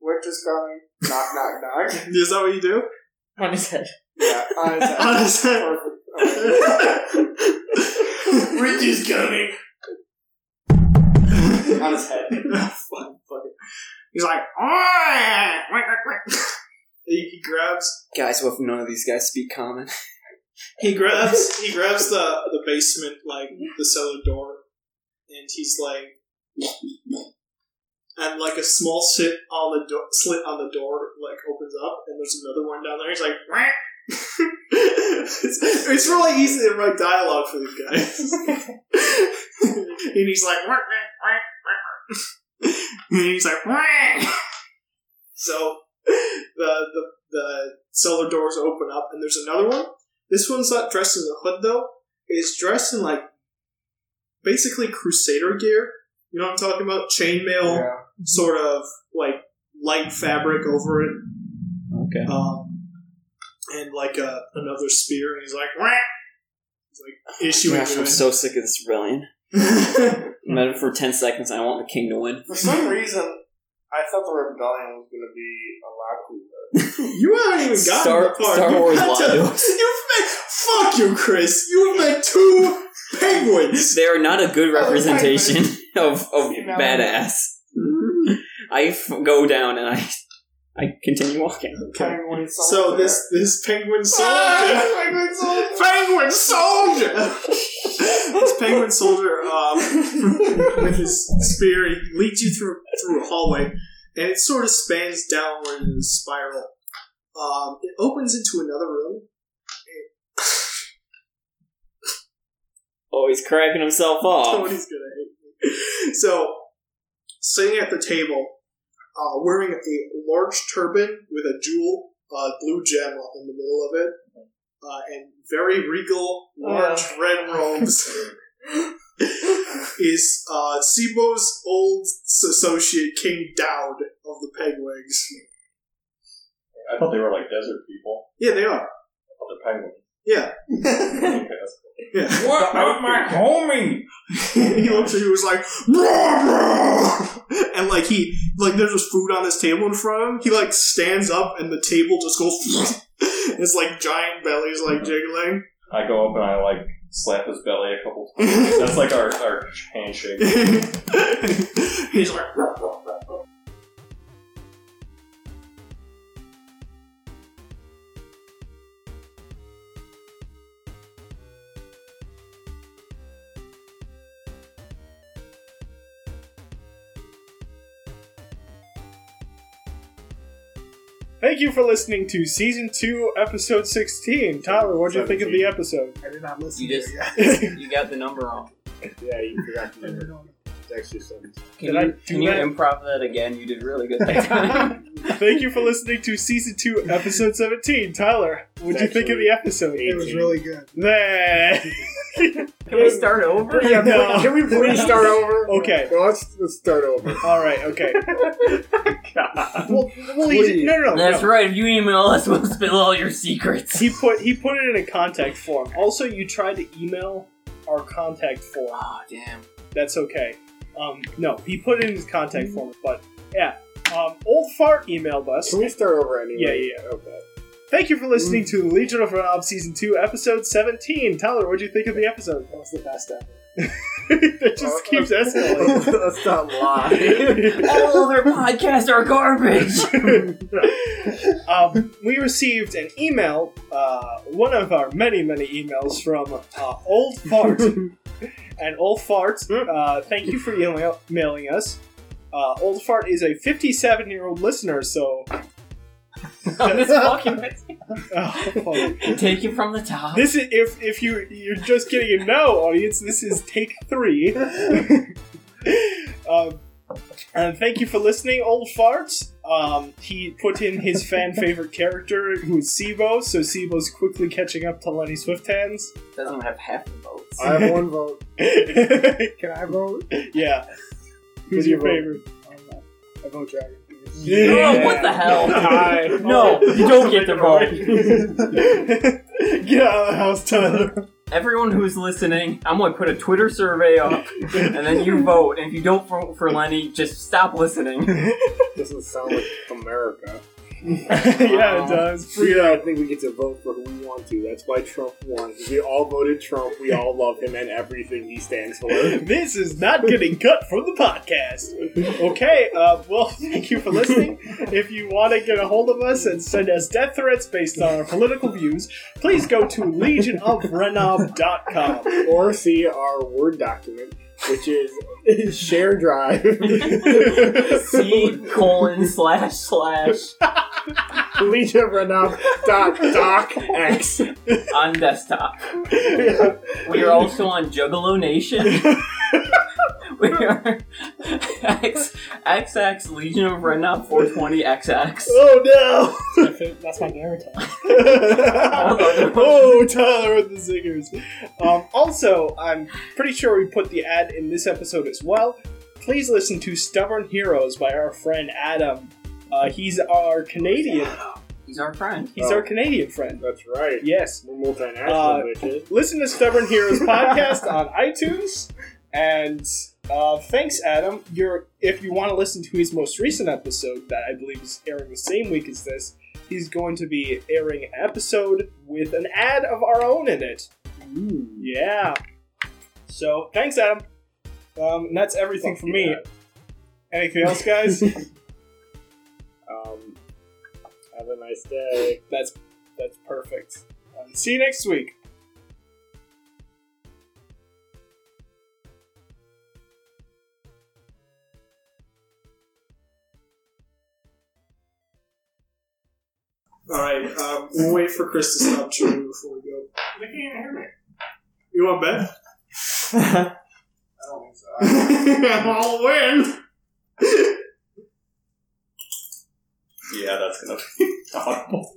[SPEAKER 2] We're just going knock, knock, knock.
[SPEAKER 6] Is that what you do?
[SPEAKER 23] On his head.
[SPEAKER 2] Yeah, on his
[SPEAKER 6] On his head.
[SPEAKER 2] We're just coming. on his head. "Oh,
[SPEAKER 6] Fuck, fuck it. He's like, "Oi!" he he grabs,
[SPEAKER 7] Guys, what if none of these guys speak common?
[SPEAKER 6] he grabs, he grabs the the basement like the cellar door, and he's like, and like a small slit on the do- slit on the door like opens up, and there's another one down there. He's like, "Wah." it's, it's really easy to write dialogue for these guys, and he's like, "Wah, wah, wah, wah." and he's like, "Wah." so the the the cellar doors open up, and there's another one. This one's not dressed in a hood though. It's dressed in like basically crusader gear. You know what I'm talking about? Chainmail, sort of like light fabric over it,
[SPEAKER 7] Okay.
[SPEAKER 6] um, and like a, another spear. And he's like, Wah! he's like issuing.
[SPEAKER 7] Gosh, I'm
[SPEAKER 6] it.
[SPEAKER 7] so sick of this rebellion. I met him for 10 seconds and I want the king to win.
[SPEAKER 2] For some reason, I thought the rebellion was going to be a lot cooler.
[SPEAKER 6] you haven't even gotten
[SPEAKER 7] Star-
[SPEAKER 6] the part.
[SPEAKER 7] Star
[SPEAKER 6] You've
[SPEAKER 7] Wars
[SPEAKER 6] got to-
[SPEAKER 7] Londo.
[SPEAKER 6] You've met. Fuck you, Chris. You've met two penguins.
[SPEAKER 7] They are not a good representation of, of
[SPEAKER 2] You know.
[SPEAKER 7] badass. I f- go down and I I continue walking.
[SPEAKER 6] Okay.
[SPEAKER 2] Penguin
[SPEAKER 6] So
[SPEAKER 2] soldier.
[SPEAKER 6] this this penguin soldier.
[SPEAKER 2] Ah, penguin soldier.
[SPEAKER 6] penguin soldier. this penguin soldier um, with his spear he leads you through through a hallway, and it sort of spans downward in a spiral. Um, it opens into another room.
[SPEAKER 7] Oh, he's cracking himself off.
[SPEAKER 6] Tony's gonna hate me. So, sitting at the table, uh, wearing a large turban with a jewel, uh, blue gem in the middle of it, uh, and very regal, large red robes, is uh, Sibo's old associate, King Dowd of the Pegwigs.
[SPEAKER 5] I thought they were like desert people.
[SPEAKER 6] Yeah, they are.
[SPEAKER 5] I thought they're penguins.
[SPEAKER 6] Yeah.
[SPEAKER 5] Okay, that's cool.
[SPEAKER 6] yeah.
[SPEAKER 5] What about my homie?
[SPEAKER 6] he looks at you and was like, "Bruh, bruh." and like he, like there's just food on his table in front of him. He like stands up and the table just goes, it's like giant bellies like jiggling.
[SPEAKER 5] I go up and I like slap his belly a couple times. That's like our, our handshake.
[SPEAKER 6] He's like, "Bruh, bruh."
[SPEAKER 1] Thank you for listening to season two, episode sixteen. Tyler, what do you think of the episode?
[SPEAKER 6] I did not listen
[SPEAKER 7] You
[SPEAKER 6] to
[SPEAKER 7] just
[SPEAKER 6] it yet.
[SPEAKER 7] you got the number wrong.
[SPEAKER 3] Yeah, you forgot the number. It's actually seven.
[SPEAKER 7] Can
[SPEAKER 1] Did I
[SPEAKER 7] you,
[SPEAKER 1] do
[SPEAKER 7] can you
[SPEAKER 1] that?
[SPEAKER 7] improv that again? You did really good that time.
[SPEAKER 1] Thank you for listening to season two, episode seventeen. Tyler, what do you think of the episode?
[SPEAKER 3] It
[SPEAKER 6] It was really good.
[SPEAKER 7] can we start over?
[SPEAKER 1] Yeah, no.
[SPEAKER 3] Can we please start over?
[SPEAKER 1] Okay.
[SPEAKER 3] Well, let's, let's start over.
[SPEAKER 1] All right. Okay. well, well he, no, no, no.
[SPEAKER 7] That's
[SPEAKER 1] no.
[SPEAKER 7] right. If you email us, we'll spill all your secrets.
[SPEAKER 1] He put he put it in a contact form. Also, you tried to email our contact form.
[SPEAKER 7] Oh, damn.
[SPEAKER 1] That's okay. Um, no, he put it in his contact form. But yeah, um, old fart emailed us.
[SPEAKER 3] Can we start over anyway?
[SPEAKER 1] Yeah, yeah, yeah.
[SPEAKER 3] Okay.
[SPEAKER 1] Thank you for listening to Legion of Rob Season 2, Episode 17. Tyler, what'd you think of the episode? That was the best ever.
[SPEAKER 21] it just keeps escalating.
[SPEAKER 20] Let's not
[SPEAKER 7] All other podcasts are garbage.
[SPEAKER 1] um, we received an email, uh, one of our many, many emails from uh, Old Fart. and Old Fart, uh, thank you for email- emailing us. Uh, Old Fart is a 57 year old listener, so.
[SPEAKER 3] this fucking-
[SPEAKER 1] uh, Take
[SPEAKER 7] it from the top.
[SPEAKER 1] This is if if you you're just getting a no audience. This is take three. um, and thank you for listening, old farts. Um, he put in his fan favorite character, who's Sibo. So Sibo's quickly catching up to Lenny Swifthands.
[SPEAKER 7] Doesn't have half the votes.
[SPEAKER 1] I have one
[SPEAKER 4] vote.
[SPEAKER 1] Can
[SPEAKER 4] I vote?
[SPEAKER 1] Yeah. Who's
[SPEAKER 4] Who's
[SPEAKER 1] your
[SPEAKER 4] your vote?
[SPEAKER 1] favorite?
[SPEAKER 4] I vote dragon.
[SPEAKER 1] Yeah.
[SPEAKER 7] Oh, what the hell?
[SPEAKER 1] Hi.
[SPEAKER 7] No, you don't get the vote.
[SPEAKER 1] Get out of the house, Tyler.
[SPEAKER 7] Everyone who's listening, I'm going to put a Twitter survey up, and then you vote. And if you don't vote for Lenny, just stop listening.
[SPEAKER 6] Doesn't sound like America.
[SPEAKER 1] yeah, it does. Free
[SPEAKER 6] yeah, I think we get to vote for who we want to. That's why Trump won. We all voted Trump. We all love him and everything he stands for.
[SPEAKER 1] this is not getting cut from the podcast. Okay, uh, well, thank you for listening. If you want to get a hold of us and send us death threats based on our political views, please go to legionofrenob.com.
[SPEAKER 6] or see our Word document, which is share drive.
[SPEAKER 7] C colon slash slash
[SPEAKER 6] dot doc x
[SPEAKER 7] on desktop. We are also on Juggalo Nation. we are X, XX Legion of Renop 420 XX.
[SPEAKER 1] Oh
[SPEAKER 21] That's my guarantee.
[SPEAKER 1] no! oh, Tyler with the zingers. Um, also, I'm pretty sure we put the ad in this episode as well. Please listen to Stubborn Heroes by our friend Adam. Uh, he's our Canadian.
[SPEAKER 7] He's our friend.
[SPEAKER 1] He's our Canadian friend.
[SPEAKER 6] Oh. That's right.
[SPEAKER 1] Yes.
[SPEAKER 6] We're multinational,
[SPEAKER 1] Uh,
[SPEAKER 6] bitches.
[SPEAKER 1] listen to Stubborn Heroes podcast on iTunes. And uh, thanks, Adam. You're, if you want to listen to his most recent episode, that I believe is airing the same week as this, he's going to be airing an episode with an ad of our own in it. Yeah. So thanks, Adam. Um, and that's everything for me. Anything else, guys?
[SPEAKER 6] Um, have a nice day.
[SPEAKER 1] that's that's perfect. Um, see you next week.
[SPEAKER 2] All right, um, we'll wait for Chris to stop chewing before we go. They can't hear me. You want bet? I'll win.
[SPEAKER 5] Yeah, that's gonna be horrible.